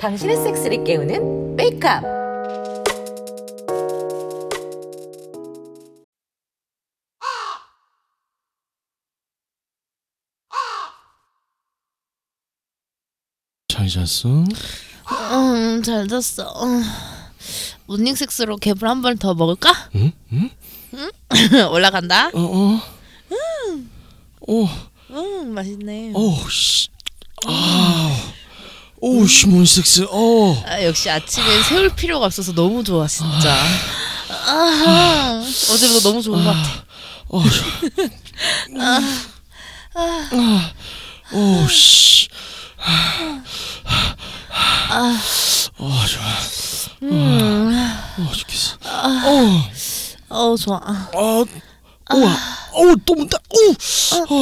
당신의 섹스를 깨우는 메이크업. 잘 잤어? 음, 잘 잤어. 운닝 섹스로 개불 한 번 더 먹을까? 응? 응? 올라간다. 어, 어. 오, 음, 맛있네. 오, 어, 씨. 아. 오, 씨, 뭔 섹스. 어. 아, 역시 아침에 세울 필요가 없어서 너무 좋아 진짜. 아하. 어제보다 너무 좋은 것 같아. 어. 아. 오, 씨. 아, 좋아. 아, 어, 죽겠어. 어. 어 좋아. 아, 아, 우와, 어우 또 문다, 어우,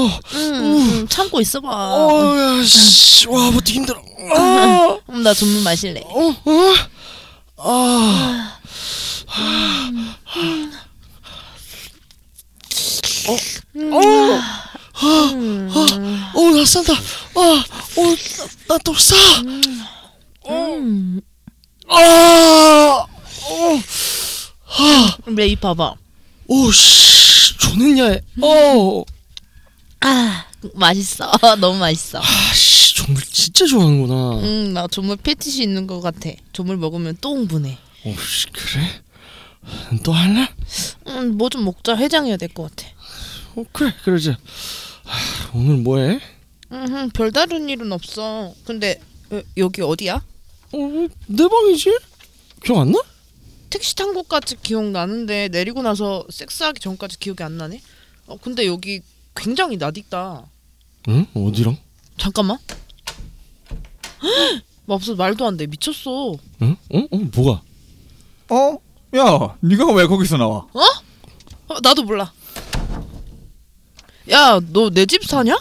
어, 음, 음, 참고 있어봐. 어, 야, 씨, 와, 버티 힘들어, 아, 음, 나 전문 마실래. 어, 어, 아, 어, 어, 아, 어, 나 싼다, 아, 어, 나또 싸, 어, 음. 아, 어, 그래 입 음, 봐봐. 아, 오, 씨, 존했냐, 어. 아 맛있어. 너무 맛있어. 아씨 정말 진짜 좋아하는구나. 음, 나 조물 패티시 있는 것 같아. 조물 먹으면 또 흥분해. 어, 오씨 그래? 또 할래? 음, 뭐 좀 먹자. 해장해야 될 것 같아. 어 그래 그러자. 아, 오늘 뭐해? 음, 별다른 일은 없어. 근데 여- 여기 어디야? 어내 방이지? 기억 안 나? 택시 탄 곳까지 기억나는데 내리고 나서 섹스하기 전까지 기억이 안 나네. 어, 근데 여기 굉장히 낯익다. 응 어디랑? 잠깐만. 헉! 맙소 말도 안 돼. 미쳤어. 응? 어? 어 뭐가? 어? 야, 네가 왜 거기서 나와? 어? 어 나도 몰라. 야, 너 내 집 사냐?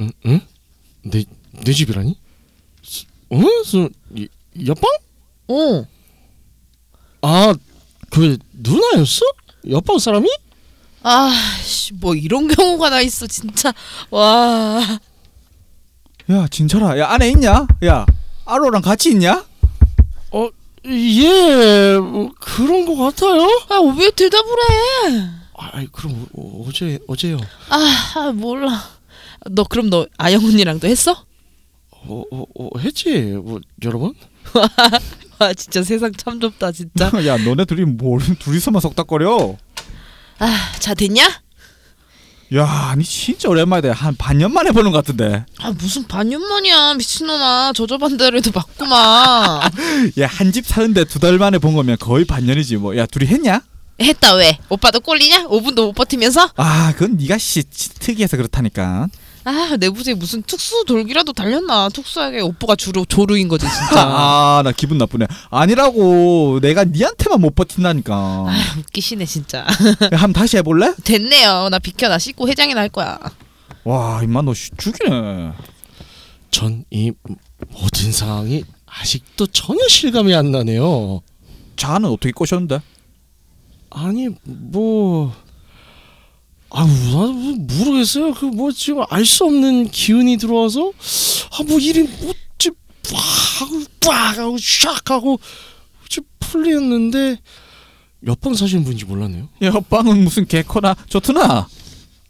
응 응? 내 내 집이라니? 스- 어? 스 이- 옆방? 아, 어. 아그 누나였어? 옆방 사람이? 아, 씨, 뭐 이런 경우가 나 있어, 진짜. 와. 야, 진철아, 야 안에 있냐? 야, 아로랑 같이 있냐? 어, 어예 뭐, 그런 거 같아요. 아, 왜 대답을 해? 아 그럼 어, 어제 어제요. 아, 아, 몰라. 너 그럼 너 아영 언니랑도 했어? 어, 어, 어 했지 뭐 여러 번? 아, 진짜 세상 참 좁다, 진짜. 야, 너네 둘이 뭘 둘이서만 속닥거려? 아, 자 됐냐? 야, 아니 진짜 오랜만이다. 한 반년 만에 보는 것 같은데. 아, 무슨 반년만이야, 미친놈아. 저저반대로도 맞구만. 야, 한 집 사는데 두 달 만에 본 거면 거의 반년이지 뭐. 야, 둘이 했냐? 했다 왜? 오빠도 꼴리냐? 5분도 못 버티면서? 아, 그건 네가 씨 치- 특이해서 그렇다니까. 아, 내부에 무슨 특수 돌기라도 달렸나? 특수하게 오빠가 주로 조루인 거지, 진짜. 아, 나 기분 나쁘네. 아니라고. 내가 네한테만 못 버틴다니까. 아, 웃기시네, 진짜. 야, 한번 다시 해볼래? 됐네요. 나 비켜, 나 씻고 해장이나 할 거야. 와, 임마 너 씨, 죽이네. 전 이 음, 모든 상황이 아직도 전혀 실감이 안 나네요. 자는 어떻게 꼬셨는데? 아니 뭐 아우 나도 뭐 모르겠어요. 그 뭐 지금 알 수 없는 기운이 들어와서 아 뭐 일이 뭐지 빡 하고 빡 하고 샥 하고 지 풀리는데 옆방 사시는 분인지 몰랐네요. 옆방은 무슨 개코나 좋드나?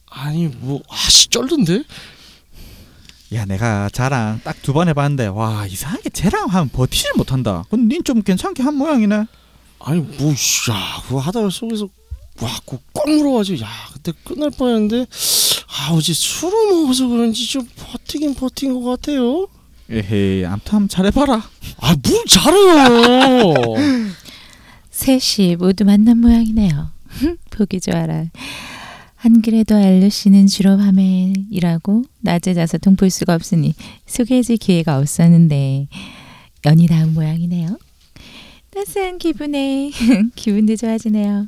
아니 뭐 아씨 쩔던데 야 내가 자랑 딱 두 번 해봤는데 와 이상하게 쟤랑 하면 버티질 못한다 그건 닌좀 괜찮게 한 모양이네 아니 뭐야 그거 하다가 속에서 와꼭 물어가지고 야 그때 끝날 뻔했는데 아 어제 술을 먹어서 그런지 좀 버티긴 버틴 것 같아요 에헤이 암튼 한번 잘해봐라 아 뭘 잘해요 셋이 모두 만난 모양이네요. 보기 좋아라. 안 그래도 알루 씨는 주로 밤에 일하고 낮에 자서 동볼 수가 없으니 소개해줄 기회가 없었는데 연이 닿은 모양이네요. 따스한 기분에 기분도 좋아지네요.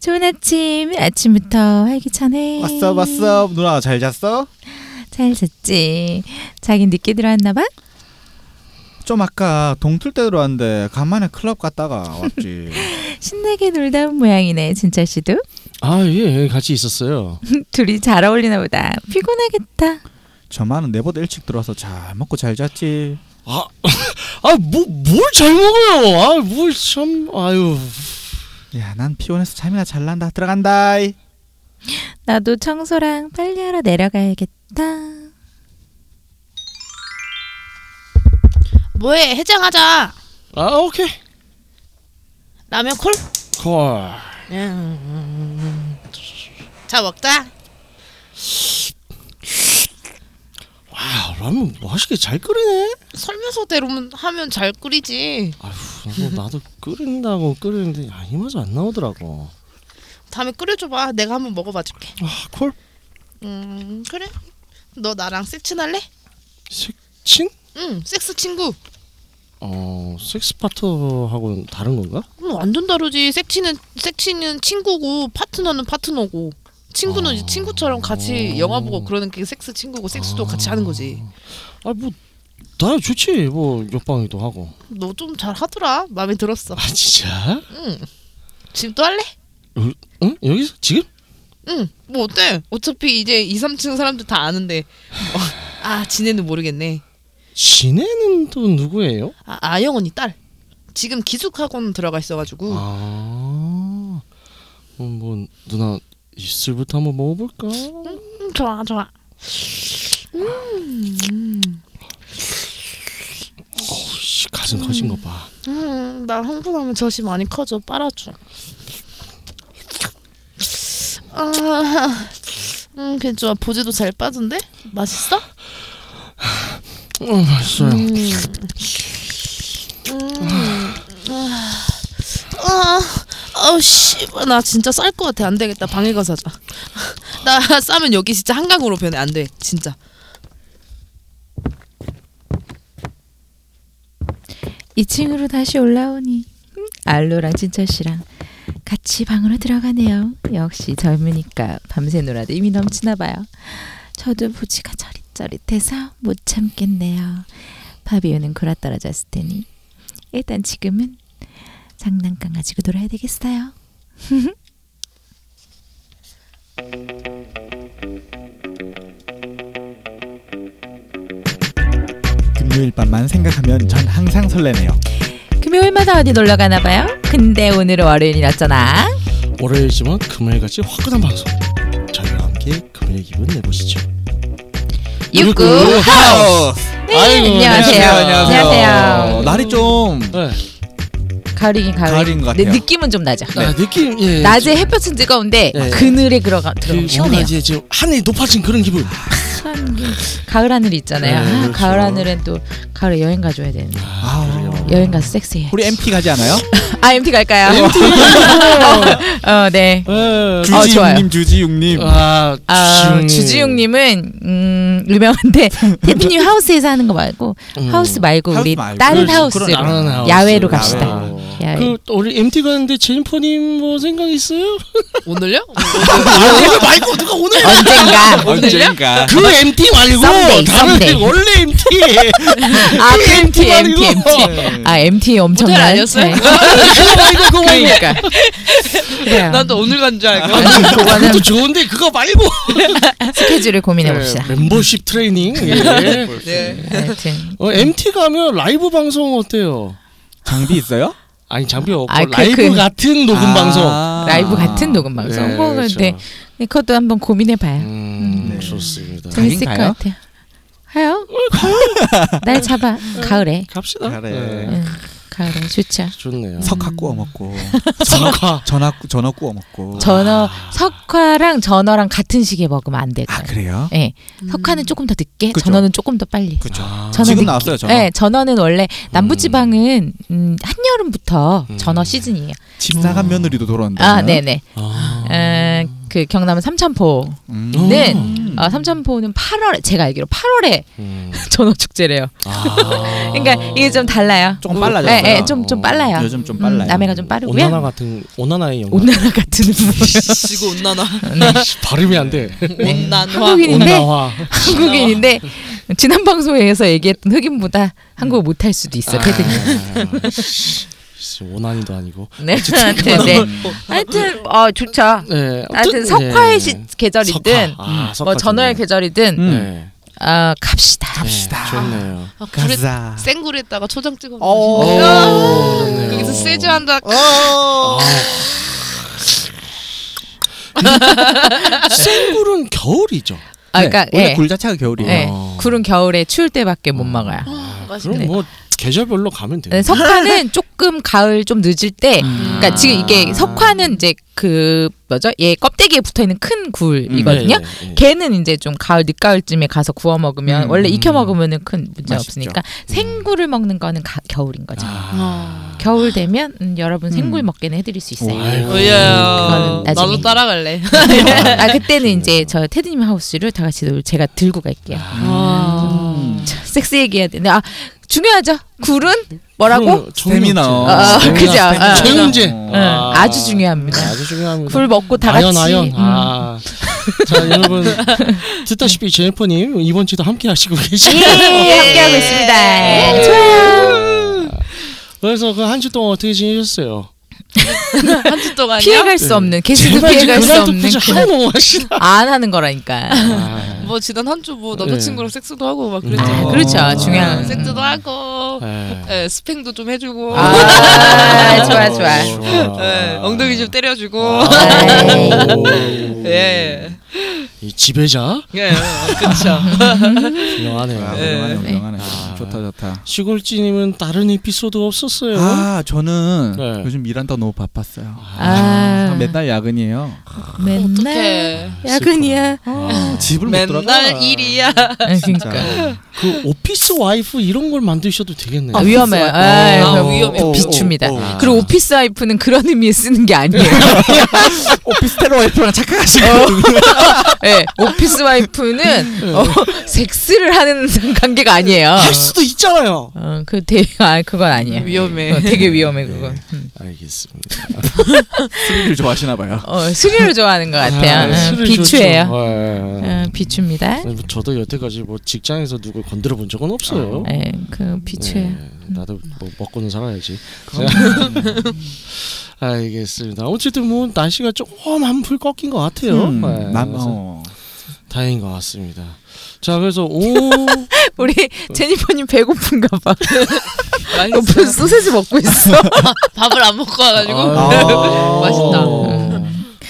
좋은 아침, 아침부터 활기차네. 왔어 왔어 누나 잘 잤어? 잘 잤지. 자기 늦게 들어왔나 봐. 좀 아까 동틀 때 들어왔는데 간만에 클럽 갔다가 왔지 신나게 놀다 온 모양이네, 진철 씨도. 아, 예, 예, 같이 있었어요. 둘이 잘 어울리나 보다. 피곤하겠다. 저만은 내보다 일찍 들어와서 잘 먹고 잘 잤지. 아, 아, 뭐, 뭘 잘 먹어요? 아, 뭘 참, 아유. 야, 난 피곤해서 잠이나 잘 난다. 들어간다. 나도 청소랑 빨리 하러 내려가야겠다. 뭐해 해장하자. 아, 오케이. 라면 콜? 콜. 음. 자 먹자. 아, 라면 맛있게 잘 끓이네. 설명서대로면 하면 잘 끓이지. 아휴, 나도, 나도 끓인다고 끓이는데 아, 이맛이 안 나오더라고. 다음에 끓여줘봐. 내가 한번 먹어봐줄게. 아, 콜? 음 그래. 너 나랑 섹친 할래? 색친? 응, 섹스 친구. 어, 섹스 파트하고는 다른 건가? 음, 완전 다르지. 섹치는 섹치는 친구고 파트너는 파트너고. 친구는 이제 친구처럼 같이 영화 보고 그러는 게 섹스 친구고 섹스도 같이 하는 거지. 아, 뭐, 나 좋지. 뭐, 옆방이도 하고. 너 좀 잘하더라. 마음에 들었어. 아, 진짜? 응. 지금 또 할래? 여, 응? 여기서? 지금? 응. 뭐 어때? 어차피 이제 2, 3층 사람들 다 아는데. 어, 아, 지네는 모르겠네. 진해는 또 누구예요? 아, 아영 언니 딸. 지금 기숙학원 들어가 있어가지고. 아, 음, 뭐 누나 입술부터 한번 먹어볼까? 음, 좋아, 좋아. 씨, 가슴 커진 거 봐. 음, 나 흥분하면 젖이 많이 커져 빨아줘. 아, 음, 괜 좋아. 보지도 잘 빠진데? 맛있어? 어, 맛있어요. 음. 음. 아, 아우 씨발 나 진짜 쌀 것 같아. 안 되겠다. 방에 가서 하자. 나 싸면 여기 진짜 한강으로 변해. 안 돼. 진짜. 이층으로 다시 올라오니 음, 알로랑 진철 씨랑 같이 방으로 들어가네요. 역시 젊으니까 밤새 놀아도 이미 넘치나 봐요. 저도 부지가 저릿저릿해서 못 참겠네요. 파비오는 골아 떨어졌을 테니 일단 지금은 장난감 가지고 놀아야 되겠어요. 금요일 밤만 생각하면 전 항상 설레네요. 금요일마다 어디 놀러 가나 봐요. 근데 오늘은 월요일이었잖아. 월요일이지만 금요일같이 화끈한 방송. 저희와 함께 금요일 기분 내보시죠. 육구 하우스. 네, 아이고, 안녕하세요. 안녕하세요. 안녕하세요. 날이 좀 네. 가을이긴 가을. 가을인 것 근데 같아요. 느낌은 좀 나죠. 아, 느낌 예. 낮에 햇볕은 뜨거운데 네. 그늘에 들어가 그 들어가 뭔가 시원해요. 이제 지금 하늘이 높아진 그런 기분. 참, 가을 하늘 있잖아요. 네, 아, 그렇죠. 가을 하늘엔 또 가을에 여행 가줘야 되는데 아, 여행 가서 섹시해. 우리 MT 가지 않아요? 아 MT 갈까요? 어 네. 예. 주- 어, 좋아요. 주지웅님, 주지웅님. 아, 아 주지웅. 주지웅님은 음, 유명한데 대표님 하우스에서 하는 거 말고 음. 하우스 말고 하우스 우리 말고. 다른 그렇지, 하우스 그런 다른 하우스. 야외로 갑시다. 야외로. 야외. 그 우리 MT 가는데 제인퍼님 뭐 생각 있어요? 오늘요? 오늘 말고 누가 오늘 아, 언젠가 언젠가. 그 MT 말고 Someday, 다른 someday. 원래 MT 아 MT MT 말고. MT 아 MT 엄청난 모델 아니었어요? 차이. 그러니까 그래요. 네. 나도 오늘 간 줄 알고. 그것도 좋은데 그거 말고 스케줄을 고민해 봅시다. 네, 멤버십 트레이닝 예. 네. 하여튼 어, MT 가면 라이브 방송 어때요? 장비 있어요? 아니 장비 없고 아, 그, 라이브 그. 같은 녹음 방송 아. 라이브 같은 녹음 방송. 네, 뭐 그렇죠. 근데 네, 그것도 한번 고민해 봐요. 음, 네. 좋습니다 재밌을 것 가긴 가요? 같아요. 가요? 날 잡아. 가을에. 갑시다 그래. 네. 응, 가을에 좋죠. 좋네요 석화 구워 먹고 석화 전화 전어 구워 먹고. 전어 석화랑 전어랑 같은 시기에 먹으면 안 돼요. 아 그래요? 예. 석화는 조금 더 늦게, 그죠. 전어는 조금 더 빨리. 그죠. 아, 전어 지금 느낌. 나왔어요 전어. 네, 전어는 원래 남부지방은 음, 한여름부터 전어 시즌이에요. 집 나간 며느리도 돌아온다. 아, 네네. 아. 음, 그 경남은 삼천포는 음. 어, 삼천포는 8월 제가 알기로 8월에 음. 전어 축제래요. 아. 그러니까 이게 좀 달라요. 조금 뭐, 네, 빨라졌어요. 네, 좀좀 빨라요. 요즘 좀 음, 빨라요. 남해가 좀 빠르고요. 온난화 같은 온난화의 영화 온난화 같은 뭐 지구 온난화. 발음이 안돼 온난화. 한국인인데 온난화 한국인인데 네. 지난 방송에서 얘기했던 흑인보다 한국어 못할 수도 있어. 요 아, 글쎄, 원한이도 아니고. 네. 하여튼, 네. 하여튼 어 좋죠. 네. 하여튼 어쨌든, 네. 석화의 시, 계절이든 석화. 아, 석화 뭐 좋네요. 전월 계절이든 음. 네. 아 갑시다. 갑시다. 좋네요. 아, 불에 가자. 생굴에다가 초장 찍어 오, 먹으니까 그러네요. 거기서 세주 아, 한다. 생굴은 겨울이죠. 아 그러니까 네, 원래 예. 굴 자체가 겨울이에요. 예. 어. 굴은 겨울에 추울 때밖에 못 먹어요. 그럼 맛있네. 뭐 계절별로 가면 돼요. 아, 네, 석화는 조금 가을 좀 늦을 때 음. 그러니까 지금 아. 이게 석화는 이제 그 뭐죠? 얘 껍데기에 붙어 있는 큰 굴이거든요. 네, 네, 네. 걔는 이제 좀 가을 늦가을쯤에 가서 구워 먹으면 음, 원래 음. 익혀 먹으면은 큰 문제 맛있죠. 없으니까 생굴을 먹는 거는 가, 겨울인 거죠. 음. 아. 겨울 되면 음, 여러분 생굴 음. 먹게는 해드릴 수 있어요. 아이고. 오야. 그거는 나중에. 예. 나도 따라갈래. 아 그때는 이제 저 테드님 하우스를 다 같이 놀- 제가 들고 갈게요. 아. 아. 음. 자, 섹스 얘기해야 되는데 아 중요하죠. 굴은 뭐라고? 그럼 정리 스테미너. 없지. 아, 스테미너, 그죠. 스테미너. 아, 체온제. 응, 아주 중요합니다. 아주 중요합니다. 굴 먹고 다 같이 아연 아연. 음, 아. 자 여러분 듣다시피 제니퍼님 이번 주도 함께 하시고 계시고. 예, 함께하고 예. 있습니다. 좋아요. 그래서 그 한 주 동안 어떻게 지내셨어요? 한 주 동안요. 피해갈 네. 수 없는 게스트 제발 지금 피해갈 수 그날 없는 토크지 하나 넘어가시나. 안 하는 거라니까. 아, 뭐 지난 한 주 뭐 남자친구랑 네. 섹스도 하고 막 그랬죠. 아, 어. 그렇죠. 아, 중요한. 섹스도 하고 네. 예, 스팽도 좀 해주고 아, 좋아 좋아. 예, 엉덩이 좀 때려주고 아. 네. 오. 예. 이 지배자 예, 그렇죠. 아, 훌륭하네요. 훌륭하네, 어, 네. 훌륭하네. 아. 좋다, 좋다. 시골지님은 다른 에피소드 없었어요? 아, 저는 네. 요즘 일한다 너무 바빴어요. 아, 맨날 야근이에요. 맨날 어떡해. 야근이야. 아, 집을 못 들어가. 맨날 일이야. 그러니까. 그 오피스 와이프 이런 걸 만드셔도 되겠네요. 아, 위험해요. 아, 아, 그럼 위험해요. 비춥니다. 오, 오, 오. 아. 그리고 오피스 와이프는 그런 의미에 쓰는 게 아니에요. 오피스텔 와이프랑 착각하시고 예, 오피스 와이프는 어, 섹스를 하는 관계가 아니에요. 할 수도 있잖아요. 어, 그 되게 아, 그건 아니에요. 위험해. 어, 되게 위험해 그건. 음. 알겠습니다. 술을 좋아하시나 봐요. 어, 스릴을 좋아하는 것 같아요. 음, 술을 비추예요. 네. 좋죠. 예, 예. 음, 비추입니다. 아니, 뭐 저도 여태까지 뭐 직장에서 누굴 건드려 본 적은 없어요. 예, 그 비추예요. 예, 나도 뭐 먹고는 살아야지. 알겠습니다. 어쨌든 뭐 날씨가 조금 한풀 꺾인 것 같아요. 음, 예, 남, 그래서 어. 다행인 것 같습니다. 자 그래서 오 우리 제니퍼님 배고픈가 봐. 많이 오픈 있어요. 소세지 먹고 있어. 밥을 안 먹고 와가지고 아. 맛있다.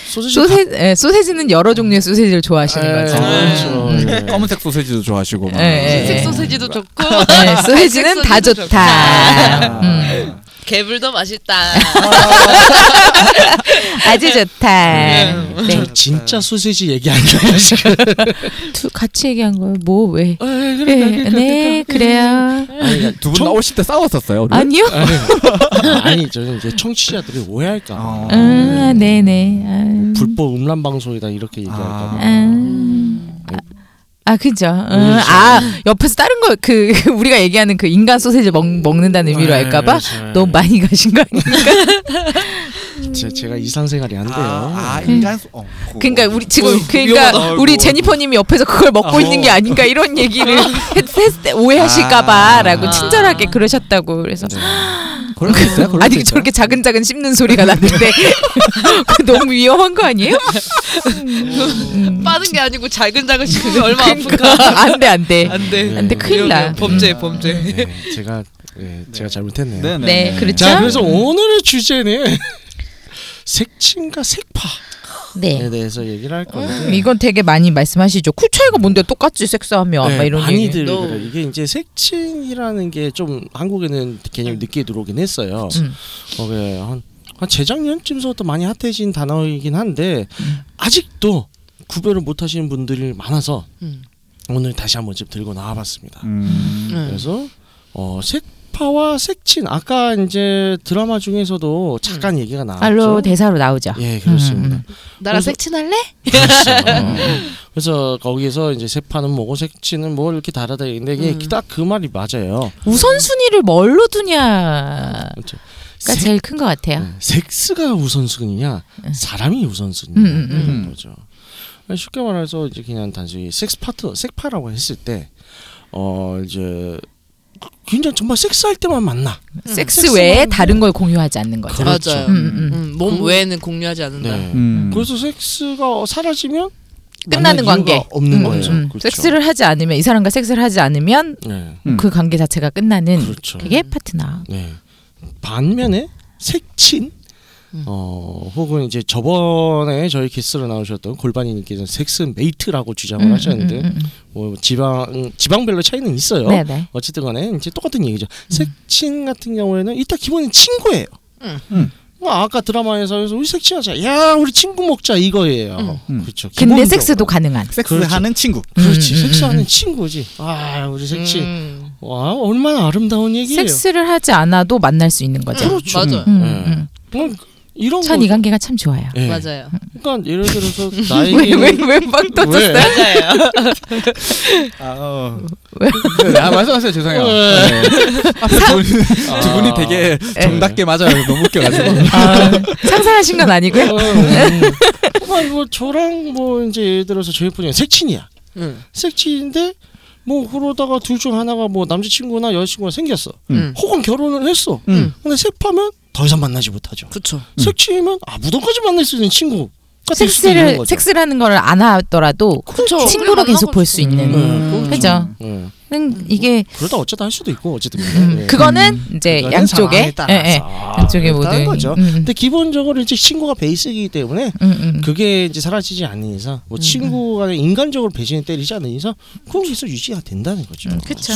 소시지 소세 예, 소세지는 네. 여러 종류의 소세지를 좋아하시는 거죠. 음. 그렇죠. 예. 검은색 소세지도 좋아하시고. 막. 네. 예, 예, 흰색 예. 네. 소세지도 좋고 네, 소세지는 갈색 다 소세지도 좋다. 아. 음, 개불도 맛있다. 아주 좋다. 네. 저 진짜 소시지 얘기 안 해요 지금. 두, 같이 얘기한 거예요. 뭐 왜? 예, 그러니까, 네, 그러니까, 네. 네 그래요. 아니, 두분 청- 나오실 때 싸웠었어요? 오늘? 아니요. 아니, 아니 저는 이제 청취자들이 오해할까 봐. 어. 아, 네네. 아, 불법 음란 방송이다 이렇게 얘기할까 봐. 아. 아, 아, 그죠. 음, 아, 옆에서 다른 거, 그, 우리가 얘기하는 그 인간 소세지 먹, 먹는다는 의미로 할까봐 네, 너무 많이 가신 거 아니에요? 제, 제가 일상생활이 안 돼요. 네. 아, 아 인간 소. 어. 음. 그러니까 우리 지금, 어이구, 그러니까 위험하다. 우리 아이고. 제니퍼님이 옆에서 그걸 먹고 아, 있는 게 어. 아닌가 이런 얘기를 했, 했을 때 오해하실까봐라고 아. 네. 친절하게 그러셨다고 그래서 그럴 수 있어요. 그럴 수 아니 있어요. 저렇게 작은 작은 씹는 소리가 났는데 그거 너무 위험한 거 아니에요? 빠른 게 아니고 작은 작은 식품이 얼마 아픈가. 그러니까. 안돼 안돼. 안돼. 안돼 큰일 나. 범죄 범죄. 네, 제가 네, 제가 잘못했네요. 네네. 네, 그렇죠. 자, 그래서 오늘의 주제는 색친과 색파에 아, 네. 대해서 얘기를 할 건데. 음, 이건 되게 많이 말씀하시죠. 쿨 차이가 뭔데 똑같이 섹스하면 아, 막 이런 네, 얘기. 많이들 그래요. 이게 이제 색친이라는 게 좀 한국에는 개념이 늦게 들어오긴 했어요. 음. 어, 그래. 한, 한 재작년쯤서부터 많이 핫해진 단어이긴 한데 음. 아직도 구별을 못 하시는 분들이 많아서 음. 오늘 다시 한번 좀 들고 나와봤습니다. 음. 그래서 어, 색파와 색친 아까 이제 드라마 중에서도 잠깐 얘기가 나왔죠. 음. 알로 대사로 나오죠. 예, 그렇습니다. 음, 나랑 그래서- 색친할래? 그렇죠. 그래서 거기서 이제 세파는 뭐고 색치는 뭐 이렇게 다르다 근데 이게 음. 딱 그 말이 맞아요. 그러니까 음. 우선순위를 뭘로 두냐가 그렇죠. 색- 제일 큰 것 같아요. 네, 섹스가 우선순위냐 음. 사람이 음, 우선순위냐 음, 음. 이런 거죠. 그러니까 쉽게 말해서 이제 그냥 단순히 섹스 파트, 색파라고 했을 때 어 이제 굉장히 정말 섹스할 때만 만나. 음. 섹스 외에 다른 걸 공유하지 않는 거죠. 그렇죠. 맞아요. 음, 음, 음. 음, 몸 외에는 공유하지 않는다. 그 네. 음. 그래서 섹스가 사라지면 끝나는 만날 이유가 관계. 없는 음, 거예요. 음. 그렇죠. 섹스를 하지 않으면 이 사람과 섹스를 하지 않으면 네. 음. 그 관계 자체가 끝나는 그렇죠. 그게 파트너. 네. 반면에 색친 음. 어 혹은 이제 저번에 저희 게스트로 나오셨던 골반이님께서는 섹스 메이트라고 주장을 음, 하셨는데 음, 음, 음. 뭐 지방 지방별로 차이는 있어요. 네네. 음. 어쨌든간에 이제 똑같은 얘기죠. 색친 같은 경우에는 일단 기본은 친구예요. 음. 음. 뭐 아까 드라마에서 그래서 우리 색친하자. 야 우리 친구 먹자 이거예요. 음. 음. 그렇죠. 근데 기본적으로. 섹스도 가능한. 섹스하는 친구. 그렇지 음, 음, 섹스하는 음. 친구지. 아 우리 색친 음. 와 얼마나 아름다운 얘기예요. 섹스를 하지 않아도 만날 수 있는 거죠. 그렇죠. 맞아요. 음, 네. 음. 그럼 이런 거. 전 이 관계가 참 좋아요. 예. 맞아요. 그러니까 예를 들어서 왜 나에게 왜왜방 터졌어요? 맞아요. 아, 어. 왜? 네, 아 말씀하세요. 죄송해요. 네. 네. 아. 앞에 두 분이, 두 분이 되게 네. 정답게 맞아요. 너무 웃겨가지고. 아, 상상하신 건 아니고요. 어, 음. 뭐 저랑 뭐 이제 예를 들어서 저희 분이 색친이야. 음. 색친인데 뭐 그러다가 둘 중 하나가 뭐 남자친구나 여자친구가 생겼어. 음. 혹은 결혼을 했어. 음. 근데 셉하면 더 이상 만나지 못하죠. 그렇죠. 색친이면 아 무덤까지 만날 수 있는 친구. 음. 섹스를 섹스라는 걸 안 어, 하더라도 그렇죠. 친구로 계속 볼 수 있는. 음. 그죠? 예. 는 이게 그러다 어쩌다 할 수도 있고 어쨌든 음, 예. 그거는 이제 그거는 상황에 양쪽에 예, 따라서. 예. 아, 양쪽에 그렇다는 모든 거죠. 음, 음, 근데 기본적으로 이제 친구가 베이스이기 때문에 음. 그게 이제 사라지지 않는 이상 뭐 친구가 인간적으로 배신을 때리지 않는 이상 그건 계속 유지가 된다는 거죠. 아, 음, 그쵸.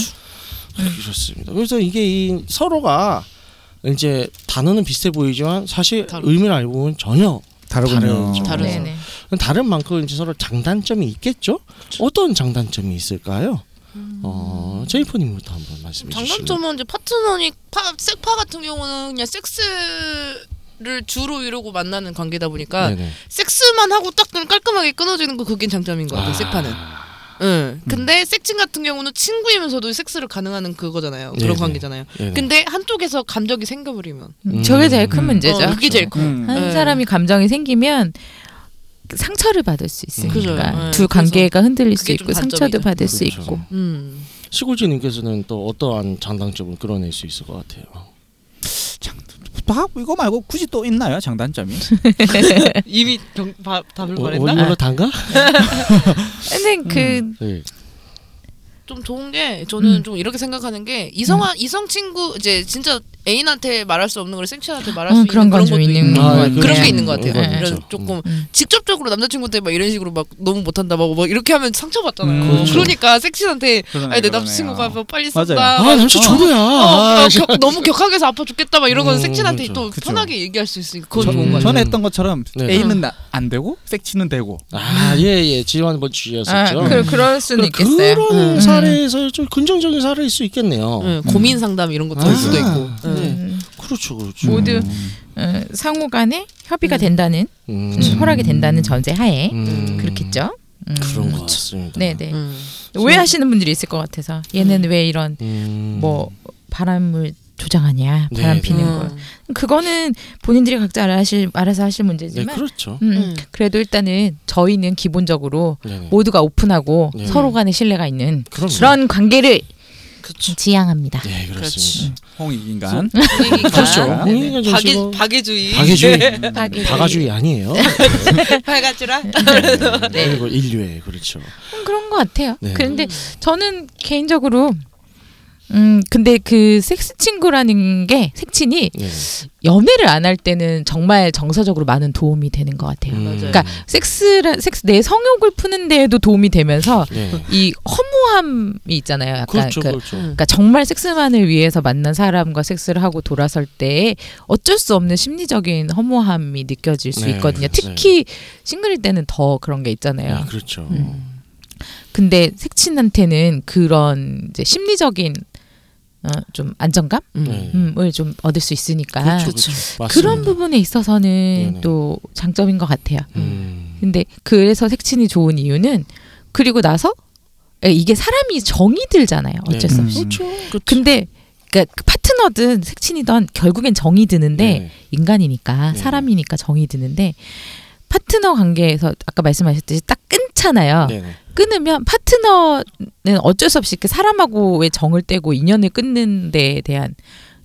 그렇습니다. 그래서 이게 이 서로가 이제 단어는 비슷해 보이지만 사실 다르- 의미를 알고 보면 전혀 다르군요. 다르죠. 다르죠. 네네. 다른 만큼 이제 서로 장단점이 있겠죠. 어떤 장단점이 있을까요? 음. 어, 제이포님부터 한번 말씀해 주시면. 장단점은 이제 파트너니 파, 섹파 같은 경우는 그냥 섹스를 주로 이루고 만나는 관계다 보니까 네네. 섹스만 하고 딱 그냥 깔끔하게 끊어지는 거 그게 장점인 것 같아요. 섹파는. 응. 근데 섹친 같은 경우는 친구이면서도 섹스를 가능하는 그거잖아요. 그런 네네. 관계잖아요. 네네. 근데 한쪽에서 감정이 생겨버리면 음, 저게 제일 큰 음. 문제죠. 어, 그게 제일 커. 음. 한 네. 사람이 감정이 생기면 상처를 받을 수 있으니까 그죠. 네, 그래서 둘 관계가 흔들릴 수 그게 좀 있고 상처도 단점이죠. 받을 수 그렇죠. 있고 음. 시골지님께서는 또 어떠한 장단점을 끌어낼 수 있을 것 같아요. 다 아, 이거 말고 굳이 또 있나요 장단점이? 이미 경, 바, 답을 오늘 네. 말했나? 별로 단가? 근데 그 네. 좀 좋은 게 저는 음. 좀 이렇게 생각하는 게 이성한 이성 친구 이제 진짜 애인한테 말할 수 없는 걸 섹시한테 말할 어, 수 그런 있는 건 그런 좀 것도 있는 네. 있고 것 아, 같아요. 그런 게 음, 있는 것 같아요. 그런 거 이런 있죠. 조금 음. 직접적으로 남자친구한테 막 이런 식으로 막 너무 못한다 막, 막 이렇게 하면 음, 상처받잖아요. 그렇죠. 그러니까 섹시한테 그러네, 아니 내 그러네요. 남자친구가 뭐 빨리 맞아요. 쓴다. 아 남자 졸로야. 어, 어, 격- 너무 격하게 해서 아파 죽겠다 막 이런 건 음, 섹시한테 그렇죠. 또 그렇죠. 편하게 얘기할 수 있으니까 그건 저- 좋은 거 같아요. 전에 했던 것처럼 네. A는 나, 안 되고 섹치는 되고. 아예예 지난 한번 주셨었죠. 아, 그, 그럴 수는 그러니까 있겠어요. 런 음. 사례에서 좀 긍정적인 사례일 수 있겠네요. 응, 고민 상담 이런 뭐 것도 할 수도 있고. 음. 아, 네. 음, 그렇죠, 그렇죠. 모두 어, 상호 간에 협의가 음. 된다는 음, 음, 허락이 된다는 전제 하에 음, 그렇겠죠. 음. 그런 것 같습니다. 네네. 음. 오해하시는 분들이 있을 것 같아서 얘는 왜 이런 음, 뭐 바람을 조장하냐 네, 바람 네. 피는 거 음. 그거는 본인들이 각자 알아 하실, 알아서 하실 네 문제지만 그렇죠. 음, 음. 그래도 일단은 저희는 기본적으로 네네. 모두가 오픈하고 음. 네. 서로 간에 신뢰가 있는 그럼요. 그렇죠. 그런 관계를 그쵸. 지향합니다. 네 그렇지. 그렇습니다. 홍익 인간. 음. 그러니까. 그렇죠. 아, 공인의 정신은 박애주 박애주의 의 박애주의. 박아주의 아니에요. 네. 박애주라. 네. 그리고 인류의 그렇죠. 음, 그런 것 같아요. 네. 그런데 저는 개인적으로 음 근데 그 섹스 친구라는 게 색친이 네. 연애를 안 할 때는 정말 정서적으로 많은 도움이 되는 것 같아요. 음, 그러니까 섹스라 섹스 내 성욕을 푸는 데에도 도움이 되면서 네. 이 허무함이 있잖아요. 약간 그렇죠, 그 그렇죠. 그러니까 정말 섹스만을 위해서 만난 사람과 섹스를 하고 돌아설 때 어쩔 수 없는 심리적인 허무함이 느껴질 수 네, 있거든요. 네. 특히 싱글일 때는 더 그런 게 있잖아요. 아, 그렇죠. 음. 근데 색친한테는 그런 이제 심리적인 어, 좀 안정감을 네. 좀 얻을 수 있으니까 그렇죠, 그렇죠. 그런 맞습니다. 부분에 있어서는 네. 또 장점인 것 같아요. 음. 근데 그래서 색친이 좋은 이유는 그리고 나서 이게 사람이 정이 들잖아요. 어쩔 수 네. 없이. 음. 그렇죠. 근데 그러니까 그 파트너든 색친이든 결국엔 정이 드는데 네. 인간이니까 네. 사람이니까 정이 드는데 파트너 관계에서 아까 말씀하셨듯이 딱 끊잖아요. 네네. 끊으면 파트너 어쩔 수 없이 이렇게 사람하고의 정을 떼고 인연을 끊는 데에 대한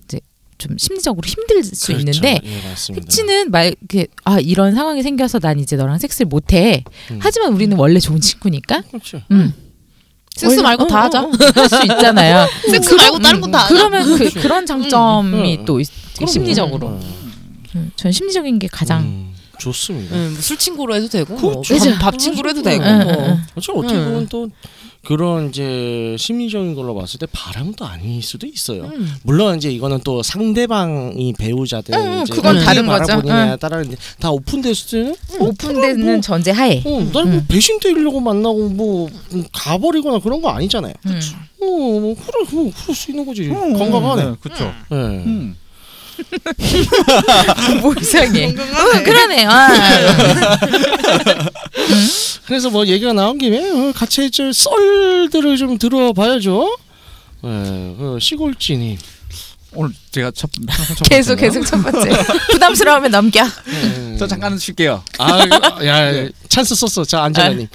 이제 좀 심리적으로 힘들 수 그렇죠. 있는데 예, 맞습니다. 혜치는 말 이렇게 아 이런 상황이 생겨서 난 이제 너랑 섹스를 못해. 음. 하지만 우리는 원래 좋은 친구니까 그렇죠. 음, 섹스 원래- 말고 어, 다 어, 하자. 어, 할 수 있잖아요. 섹스 말고 다른 건 다 하자. 그러면 그 그런 장점이 음. 또 있- 심리적으로 음, 음, 전 심리적인 게 가장 음, 좋습니다. 응, 뭐술 친구로 해도 되고 뭐 그렇죠. 밥- 밥 친구로 해도 되고 응, 뭐. 응, 응. 그렇죠. 어떻게 음. 보면 또 그런 이제 심리적인 걸로 봤을 때 바람도 아닐 수도 있어요. 음. 물론 이제 이거는 또 상대방이 배우자든 응, 응, 이제 그건 어떻게 다른 거죠. 바라보느냐에 따라는데 다 오픈될 수도 있는. 어, 오픈되는 뭐- 전제 하에 어, 난뭐 배신되려고 만나고 뭐 음, 가버리거나 그런 거 아니잖아요. 음. 어, 뭐 그럴, 뭐 그럴 수 있는 거지. 건강하네. 네, 그렇죠. 예. 음. 뭐 이상해. 응, 그러네. 아, 그래서 뭐 얘기가 나온 김에 어, 같이 저 썰들을 좀 들어봐야죠. 예, 그 시골지님. 오늘 제가 첫, 첫 번째네요. 계속 계속 첫 번째. 부담스러우면 넘겨. 예. 저 잠깐 쉴게요. 아, 이거- 야, 야, 찬스 썼어. 자, 안젤라님.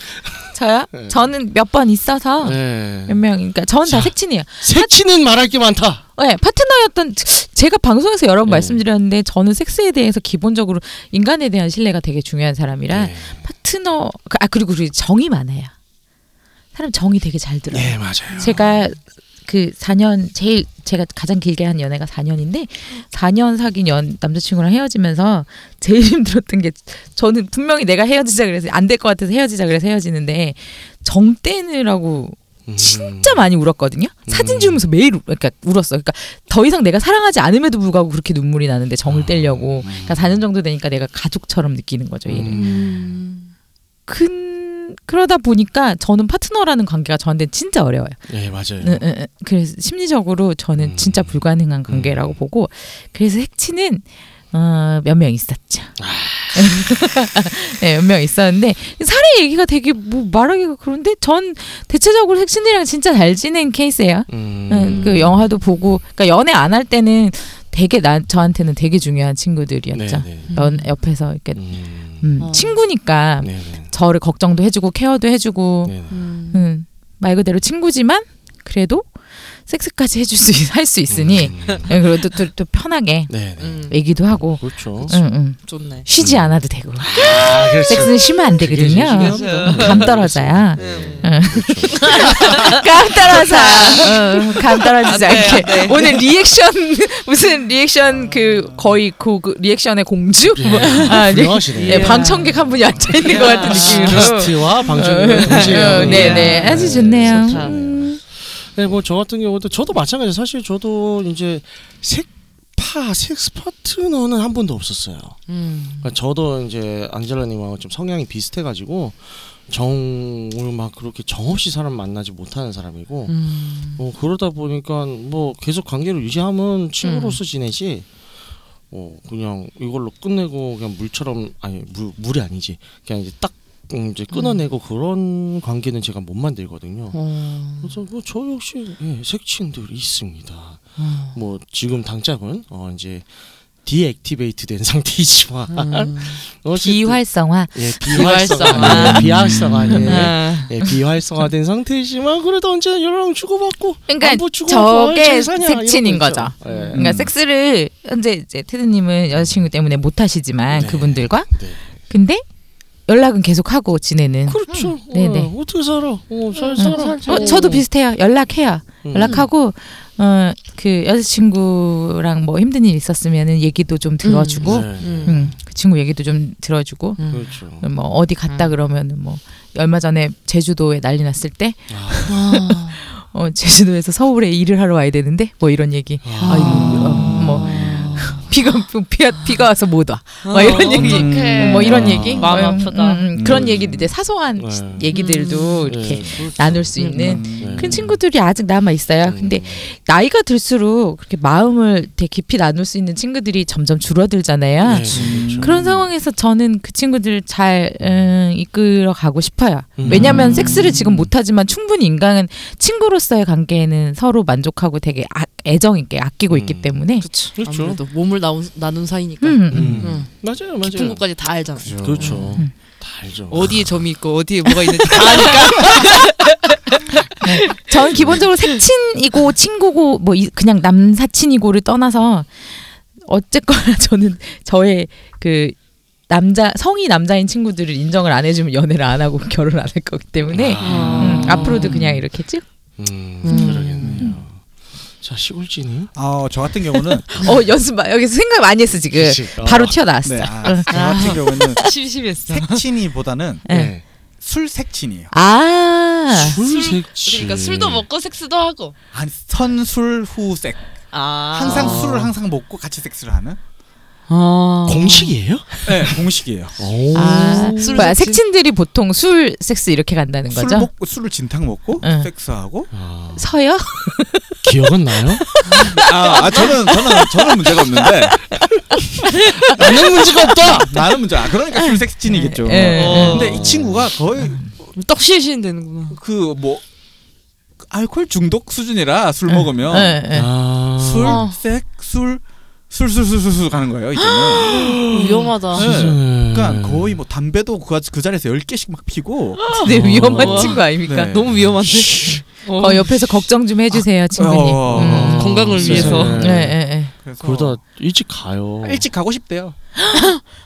저요? 네. 저는 몇 번 아, 있어서 음, 예. 몇 명이니까 그러니까 저는 다 자. 색친이에요. 새치는 말할 게 많다. 네, 파트너였던 제가 방송에서 여러 번 네. 말씀드렸는데 저는 섹스에 대해서 기본적으로 인간에 대한 신뢰가 되게 중요한 사람이라 예. 파트너 아 그리고 그리고 정이 많아요. 사람 정이 되게 잘 들어요. 예, 맞아요. 제가 그 4년 제일 제가 가장 길게 한 연애가 4년인데 4년 사귄 연 남자친구랑 헤어지면서 제일 힘들었던 게 저는 분명히 내가 헤어지자 그래서 안 될 것 같아서 헤어지자 그래서 헤어지는데 정 떼느라고 음. 진짜 많이 울었거든요. 사진 지우면서 매일 울, 그러니까 울었어. 그러니까 더 이상 내가 사랑하지 않음에도 불구하고 그렇게 눈물이 나는데 정을 떼려고. 그러니까 4년 정도 되니까 내가 가족처럼 느끼는 거죠. 음. 얘를. 음. 큰 그러다 보니까 저는 파트너라는 관계가 저한테 진짜 어려워요. 예, 맞아요. 응, 응, 응. 네, 그래서 심리적으로 저는 음. 진짜 불가능한 관계라고 보고 그래서 핵치는 어, 몇 명 있었죠. 아. 네, 몇 명 있었는데 사례 얘기가 되게 뭐 말하기가 그런데 전 대체적으로 핵친이랑 진짜 잘 지낸 케이스예요. 음. 응, 그 영화도 보고 그러니까 연애 안 할 때는 되게 나, 저한테는 되게 중요한 친구들이었죠. 네, 네. 연 옆에서 이렇게 음. 음, 어. 친구니까 네, 네. 저를 걱정도 해주고 케어도 해주고 네, 네. 음. 음, 말 그대로 친구지만 그래도 섹스까지 해줄 수 할 수 있으니 음. 예, 그래도 또, 또 편하게 네, 네. 음. 얘기도 하고 그렇죠. 응, 응. 좋네. 쉬지 않아도 되고 아, 그렇죠. 음. 섹스는 쉬면 안 되거든요 그게 제일 중요합니다. 음, 감 떨어져야 네. 감 떨어져 어, 감 떨어지지 안 돼, 않게 안 돼. 오늘 리액션 무슨 리액션 그 거의 그, 그 리액션의 공주 뭐, 아, 리- 네. 예. 훌륭하시네. 예, 방청객 한 분이 앉아 있는 것 같은 느낌으로 게스트와 방청객 동시에 하는 어, 네네 네, 예, 아주 좋네요. 음. 좋다. 네, 뭐 저 같은 경우도 저도 마찬가지. 사실 저도 이제 색파 섹스 파트너는 한 번도 없었어요. 음. 그러니까 저도 이제 안젤라님하고 좀 성향이 비슷해가지고 정을 막 그렇게 정 없이 사람 만나지 못하는 사람이고 음. 뭐 그러다 보니까 뭐 계속 관계를 유지하면 음. 친구로서 지내지. 어 그냥 이걸로 끝내고 그냥 물처럼 아니 물 물이 아니지 그냥 이제 딱 음, 이제 끊어내고 그런 관계는 제가 못 만들거든요. 어. 그래서 뭐저 역시 예, 색친들이 있습니다. 어. 뭐 지금 당장은 어 이제 디액티베이트된 상태이지만 음. 어쨌든 비활성화 예, 비활성화 비활성화. 예, 비활성화 네. 음. 예, 아. 예, 비활성화된 상태이지만 그래도 언제나 연락 주고받고 그러니까 안부 주고받고 저게 아이, 잘 사냐, 이런 색친인 거 거죠. 있죠. 예. 그러니까 음. 섹스를 현재 이제 테드님은 여자친구 때문에 못 하시지만 네. 그분들과 네. 근데 연락은 계속 하고 지내는. 음. 그렇죠. 네네. 어, 어떻게 살아? 어, 잘 음, 살아. 어, 저도 비슷해요. 연락해요. 음. 연락하고 어, 그 여자친구랑 뭐 힘든 일 있었으면은 얘기도 좀 들어주고, 음. 네. 음. 그 친구 얘기도 좀 들어주고. 음. 그렇죠. 뭐 어디 갔다 그러면 뭐 얼마 전에 제주도에 난리 났을 때 아, 아. 어, 제주도에서 서울에 일을 하러 와야 되는데 뭐 이런 얘기 아이고 어, 뭐 비가 비가 비가 와서 뭐 못 와. 막 이런 얘기. 어떡해. 뭐 이런 아. 얘기 마음 음, 아프다. 음, 음, 그런 음. 얘기들 이제 사소한 네. 시- 얘기들도 이렇게 예, 그렇죠. 나눌 수 있는 음. 큰 친구들이 아직 남아 있어요. 네. 근데 나이가 들수록 그렇게 마음을 되게 깊이 나눌 수 있는 친구들이 점점 줄어들잖아요. 네, 그렇죠. 그런 상황에서 저는 그 친구들 잘 음, 이끌어 가고 싶어요. 음. 왜냐하면 섹스를 지금 못하지만 충분히 인간은 친구로서의 관계에는 서로 만족하고 되게 아- 애정 있게 아끼고 음. 있기 때문에. 그렇죠. 그렇죠. 아무래도 몸을 나눈, 나눈 사이니까. 음, 음. 음. 음. 맞아요, 깊은 맞아요. 곳까지 다 알잖아. 그렇죠. 음. 다 알죠. 어디에 점이 있고 어디에 뭐가 있는지 다 아니까 전 기본적으로 색친이고 친구고 뭐 이- 그냥 남사친이고를 떠나서 어쨌거나 저는 저의 그 남자 성이 남자인 친구들을 인정을 안 해주면 연애를 안 하고 결혼 안 할 거기 때문에 아, 음, 앞으로도 그냥 이렇게 쭉. 음, 음. 그러겠네요. 자 시골진이. 아저 같은 경우는 어 연습 마 여기서 생각 많이 했어 지금. 그치. 어. 예, 바로 튀어나왔어. 네, 아, 저 같은 경우는 심심했어. 색친이보다는 예. 네. 술색친이에요. 아 술색치. 그러니까 술도 먹고 섹스도 하고. 아니 선술 후색. 아. 항상 술을 항상 먹고 같이 섹스를 하는. 어. 공식이에요? 네, 공식이에요. 오. 아, 술 뭐야, 색친. 색친들이 보통 술 섹스 이렇게 간다는 술 거죠? 먹고 술을 진탕 먹고 응. 섹스하고. 아, 서요? 기억은 나요? 아, 아, 저는 저는 저는 문제가 없는데 나는 문제가 없다. 네. 나는 문제. 아, 그러니까 술색친이겠죠. 예, 어. 근데 이 친구가 거의 떡실신 되는구나. 그 뭐 알코올 중독 수준이라 네. 술 먹으면 예, 예. 아, 어. 술색술술술술술 가는 거예요 이제는. 음. 위험하다. 네. 세상에. 그러니까 거의 뭐 담배도 그, 그 자리에서 10개씩 막 피고 근데 위험한 어. 친구 아닙니까? 네. 너무 위험한데. 어. 어, 옆에서 걱정 좀 해주세요, 친구님. 어, 음. 건강을 세상에. 위해서. 예, 예, 예. 그래서 그러다 뭐. 일찍 가요. 일찍 가고 싶대요.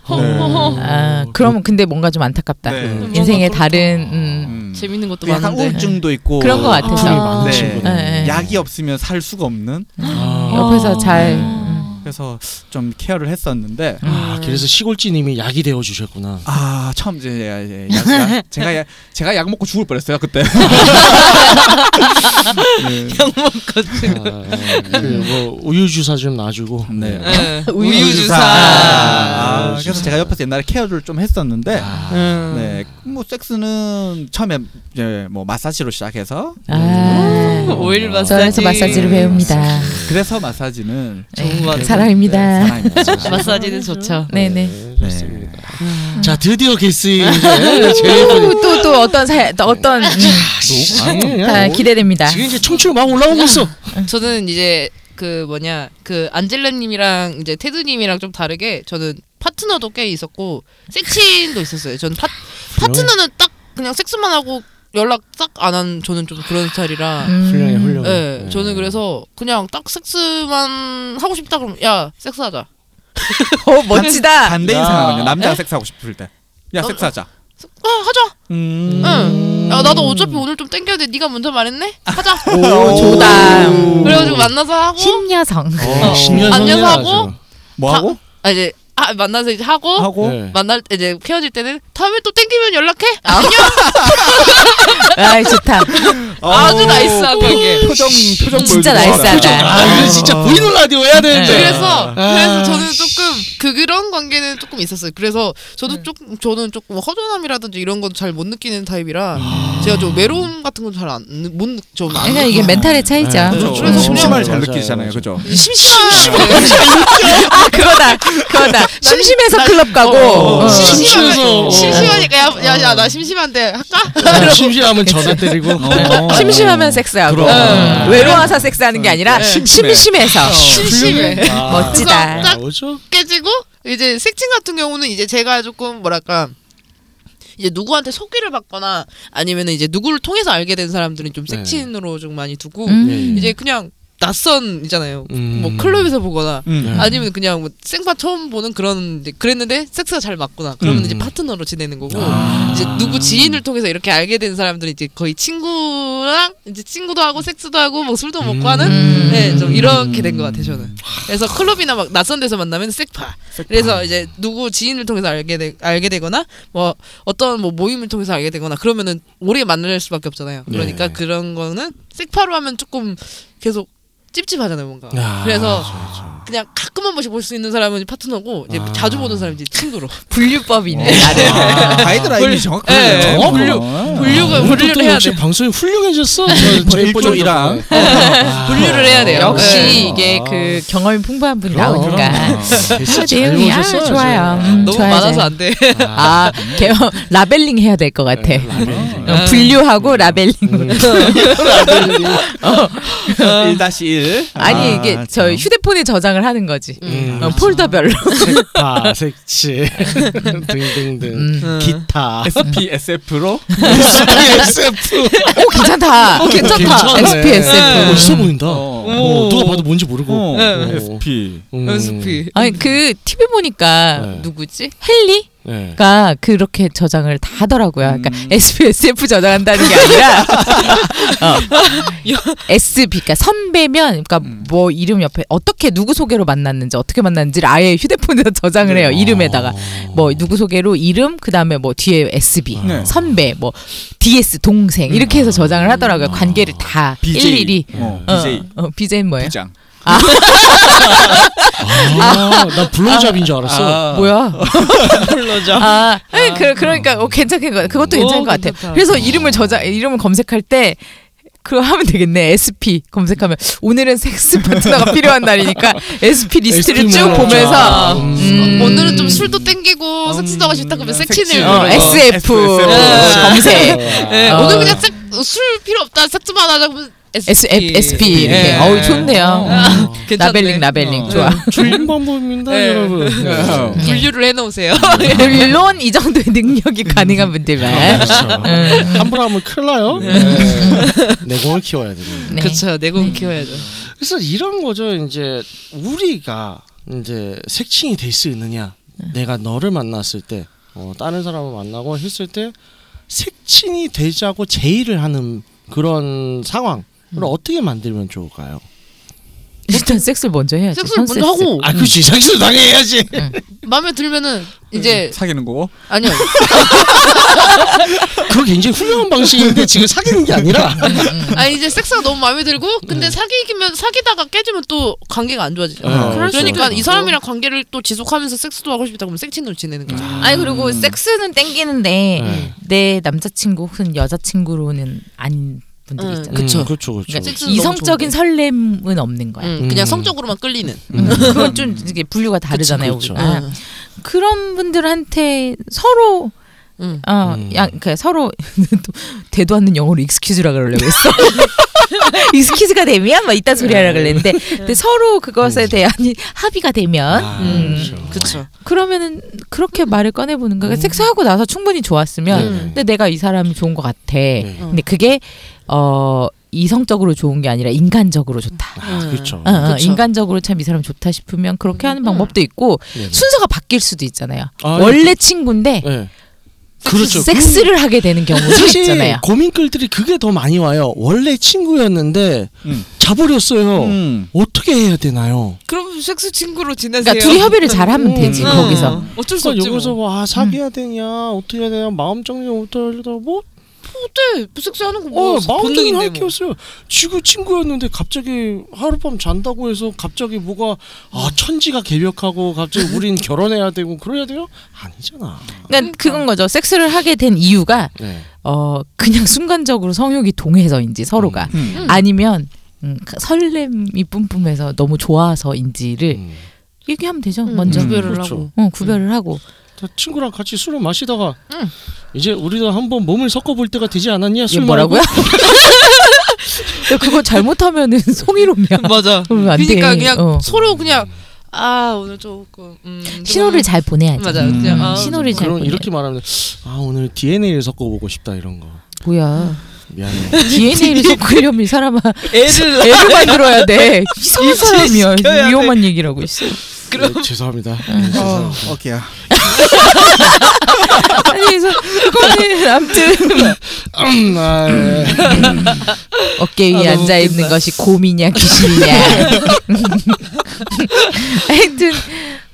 어. 아, 그러면 근데 뭔가 좀 안타깝다. 네. 음. 인생의 뭔가 다른 음. 음. 재밌는 것도 약간 많은데. 우울증도 있고 그런 것 같아서. 아픔이 많은 네. 친구네. 네, 네. 약이 없으면 살 수가 없는 아. 옆에서 아. 잘 음. 그래서 좀 케어를 했었는데 아, 그래서 시골지님이 약이 되어 주셨구나. 아 처음 이제 야- 야- 약, 약, 제가 약, 제가 약 먹고 죽을 뻔했어요 그때. 네. 아, 예, 그뭐 우유 주사 좀 놔주고. 네. 예. 우유주사. 아, 우유주사. 그래서 제가 옆에서 옛날에 케어를 좀 했었는데 아, 음. 네, 뭐 섹스는 처음에 이제 뭐 마사지로 시작해서 아, 오일 마사지. 저에서 마사지를 배웁니다. 그래서 마사지는 네, 정말 사랑입니다. 뭐, 네, 사랑입니다. 아, 마사지는 좋죠. 네네. 좋습니다. 네. 아. 자 드디어 개스인 이제 제일 아, 또 또 어떤 사 또, 어떤 음, 분. 다 기대됩니다. 뭐. 지금 이제 청춘 막 올라오고 있어. 저는 이제 그 뭐냐 그 안젤라님이랑 이제 테드님이랑 좀 다르게 저는 파트너도 꽤 있었고 섹시인도 있었어요. 저는 파, 파트너는 딱 그냥 섹스만 하고 연락 딱 안 한 저는 좀 그런 스타일이라. 훌륭해 음, 훌륭해. 예, 네. 저는 그래서 그냥 딱 섹스만 하고 싶다 그럼 야 섹스하자. 아, 어, 멋지다. 반대 야. 인상하거든요. 남자가 섹스하고 싶을 때. 어? 야 섹스하자. 아, 하자. 음. 응. 야 나도 어차피 오늘 좀 땡겨야 돼. 네가 먼저 말했네. 하자. 어, 오, 어, 좋다. 그래가지고 만나서 하고 신여성. 어, 신년 안녕하고. 성년하죠. 뭐 하고? 아, 이제 아, 만나서 이제 하고 어? 하고 네. 만날 때 이제 헤어질 때는 다음에 또 땡기면 연락해. 안녕. 아, 좋다. 음. 아주 나이스한 관계. 표정 어, 표정 진짜 보여주고 나이스하다. 하라. 아 이거 진짜 보이는 라디오 해야 되는데. 그래서 아, 그래서 저는 조금 그 그런 관계는 조금 있었어요. 그래서 네. 저도 조금 저는 조금 허전함이라든지 이런 건 잘 못 느끼는 타입이라 아. 제가 좀 외로움 같은 건 잘안못좀 그러니까 이게 멘탈의 차이죠. 어. 네. 그렇죠. 아, 그래서 그냥- 심심할 잘 맞아요, 느끼잖아요. 맞아요. 그죠? 심심한 아, 그거다. 그거다. 심심해서 클럽 가고. 어, 어. 심심해서. 심심하니까 야야 나 심심한데 할까? 아, 심심하면 전화 때리고. 어. 네. 심심하면 섹스하고 그럼. 음. 응. 외로워서 섹스하는 게 아니라 네. 심심해. 네. 심심해서 어. 심심해. 아, 멋지다. 딱- 나오죠? 깨지고 이제 색친 같은 경우는 이제 제가 조금 뭐랄까 이제 누구한테 소개를 받거나 아니면 이제 누구를 통해서 알게 된 사람들은 좀 네. 색친으로 좀 많이 두고 음. 이제 그냥 낯선이잖아요. 음. 뭐 클럽에서 보거나 음. 아니면 그냥 뭐 생파 처음 보는 그런 이제 그랬는데 섹스가 잘 맞구나. 그러면 음. 이제 파트너로 지내는 거고 이제 누구 지인을 통해서 이렇게 알게 된 사람들은 이제 거의 친구랑 이제 친구도 하고 섹스도 하고 뭐 술도 먹고 하는 네, 좀 이렇게 된 것 같아요 저는. 그래서 클럽이나 막 낯선 데서 만나면 섹파. 그래서 이제 누구 지인을 통해서 알게 되, 알게 되거나 뭐 어떤 뭐 모임을 통해서 알게 되거나 그러면은 오래 만날 수밖에 없잖아요. 그러니까 네. 그런 거는 섹파로 하면 조금 계속 찝찝하잖아요 뭔가. 아, 그래서 그렇죠. 그냥 가끔 한 번씩 볼 수 있는 사람은 파트너고 이제 아. 자주 보는 사람이 이제 친구로 분류법이 있네. 아, 가이드라인이 정확하네요. 예, 어, 분류. 어. 분류가 아, 오늘도 분류를 또 해야 역시 돼. 방송이 훌륭해졌어. 저- 저희 일꾼 보조 이랑. 어. 아, 분류를 해야 돼요. 역시 네. 이게 그 경험이 풍부한 분이 그럼, 나오니까 그럼. 그 됐어, 잘 내용이 아, 오셨어요, 좋아요. 지금. 음, 너무 좋아요, 많아서 좋아요. 안 돼. 아 개, 라벨링 해야 될 것 같아. 네, 네. 라벨. 어, 분류하고 음. 라벨링. 1-1. 아, 아니 이게 저 휴대폰에 저장을 구상을 하는 거지. 음. 어, 폴더별로. 색파, 색칠 등등등 음. 기타 SPSF로 SF 오 괜찮다. 어, 괜찮다. 괜찮네. XPSF. 네. 멋있어 보인다. 오. 어, 누가 봐도 뭔지 모르고 어, 네. SP 음. 연습이. 아니 그 TV 보니까 네. 누구지? 헨리? 네. 가 그렇게 저장을 다 하더라고요. 그러니까 음. SPSF 저장한다는 게 아니라 어. SB 그러니까 선배면 그러니까 음. 뭐 이름 옆에 어떻게 누구 소개로 만났는지 어떻게 만났는지를 아예 휴대폰에다 저장을 해요. 네. 이름에다가 뭐 누구 소개로 이름 그다음에 뭐 뒤에 SB 어. 네. 음. 선배 뭐 DS 동생 이렇게 해서 저장을 하더라고요. 아. 관계를 다 BJ 일일이 어, 어, BJ 어, BJ는 네. 뭐예요? 부장 아, 나 블로잡인 줄 아. 알았어. 뭐야? 불러자. 아, 아니, 그 그러니까 어, 괜찮은 거 그것도 오, 괜찮은 것 같아. 괜찮다. 요 그래서 이름을 저장 이름을 검색할 때 그거 하면 되겠네. SP 검색하면 오늘은 섹스 파트너가 필요한 날이니까 SP 리스트를 SP 쭉 만 보면서 쫙. 음. 음. 오늘은 좀 술도 땡기고 섹스도가 싶다 그러면 섹시. 섹친을 어, 어, SF 아. SF. 음. 검색 네, 어. 오늘 그냥 섹, 술 필요 없다 섹스만 하자 그러면 S SP. F SP 이렇게 예. 어우 좋네요. 어. 음. 라벨링 라벨링 어. 좋아. 좋은 방법입니다, 네. 네. 여러분. 어. 분류를 해놓으세요. 물론 이 정도의 능력이 가능한 분들만. 음. 아, 그렇죠. 함부로 하면 큰일 나요. 내공을 키워야 되는. 네. 그렇죠. 내공 키워야죠. 그래서 이런 거죠. 이제 우리가 이제 색칭이 될 수 있느냐. 내가 너를 만났을 때, 어, 다른 사람을 만나고 했을 때 색칭이 되자고 제의를 하는 그런 상황을 어떻게 만들면 좋을까요? 일단 섹스를 먼저 해야지. 섹스를 먼저 선섹스. 하고 아, 그렇지. 색스 당해야지. 마음에 들면은 네. 이제 사귀는 거고 아니요 그거 굉장히 훌륭한 방식인데 지금 사귀는 게 아니라 아 이제 섹스가 너무 마음에 들고 근데 사귀기면 사귀다가 깨지면 또 관계가 안 좋아지죠. 네, 그럴 수 그러니까 있죠. 이 사람이랑 관계를 또 지속하면서 섹스도 하고 싶다 그러면 섹친으로 지내는 거죠. 아니 그리고 섹스는 땡기는데 음. 네. 내 남자친구 혹은 여자친구로는 아닌 분들이 음, 있잖아. 그렇죠. 그쵸. 그렇죠. 그렇죠. 그러니까 섹스는 이성적인 너무 설렘은 없는 거야. 음, 그냥 음. 성적으로만 끌리는. 음. 그건 좀 이게 분류가 다르잖아요. 그치, 그렇죠. 우리가. 네. 그런 분들한테 서로 음. 어, 음. 야, 그러니까 서로 또 대도 않는 영어로 익스큐즈라 그러려고 했어. 익스큐즈가 되면 막 이딴 소리 하라 네. 그랬는데 근데 서로 그것에 그렇죠. 대한 이- 합의가 되면 아, 음. 그렇죠. 그러면은 그렇게 말을 꺼내 보는 거야. 그러니까 섹스하고 나서 충분히 좋았으면 음. 네네. 근데 내가 이 사람이 좋은 것 같아. 네. 근데 그게 어 이성적으로 좋은 게 아니라 인간적으로 좋다. 아, 그렇죠. 어, 어, 그쵸. 인간적으로 참 이 사람 좋다 싶으면 그렇게 하는 방법도 있고 네네. 순서가 바뀔 수도 있잖아요. 아, 원래 친구인데 네. 그렇죠. 섹스를 하게 되는 경우도 사실 있잖아요. 고민글들이 그게 더 많이 와요. 원래 친구였는데 음. 자버렸어요. 음. 어떻게 해야 되나요? 그럼 섹스 친구로 지내세요. 그러니까 둘이 협의를 잘하면 음. 되지 음. 거기서. 어쩔 수 그러니까 없지. 여기서 뭐. 뭐, 아 사귀어야 되냐, 어떻게 해야 되냐, 마음 정리 어떻게 하려다 뭐, 어때? 섹스 하는 거뭐 어, 마음 정리 본능인데 할게 뭐. 없어요. 지구 친구였는데 갑자기 하룻밤 잔다고 해서 갑자기 뭐가 아 천지가 개벽하고 갑자기 우린 결혼해야 되고 그래야 돼요? 아니잖아. 그러니까 그건 거죠. 섹스를 하게 된 이유가 네. 어 그냥 순간적으로 성욕이 동해서인지 서로가 음. 음. 아니면 음, 설렘이 뿜뿜해서 너무 좋아서인지를 음. 얘기하면 되죠. 음, 먼저 음. 구별을 음. 그렇죠. 하고. 어, 구별을 하고 다 친구랑 같이 술을 마시다가 응. 이제 우리도 한번 몸을 섞어볼 때가 되지 않았냐? 이게 술 뭐라고요? 말고? 야, 그거 잘못하면은 송이롬이야. 맞아. 그러면 안 그러니까 돼. 그냥 어. 서로 그냥 아 오늘 조금 음, 좀- 신호를 잘 보내야지. 맞아. 음. 그냥, 아, 신호를 잘 그럼 보내. 이렇게 말하면 아 오늘 DNA를 섞어보고 싶다 이런 거 뭐야? 미안해. DNA를 섞으려면 이 사람아 애를 애를 만들어야 돼. 시켜야 이상한 사람이야. 돼. 위험한 얘기라고 있어. 네, 죄송합니다. 네, 어, 죄송합니다. 오케이야 아니 그래서 그거는 아무튼 음, 아, 예. 어깨 위에 아, 너무 앉아 있는 웃긴다. 것이 곰이냐 귀신이냐. 하여튼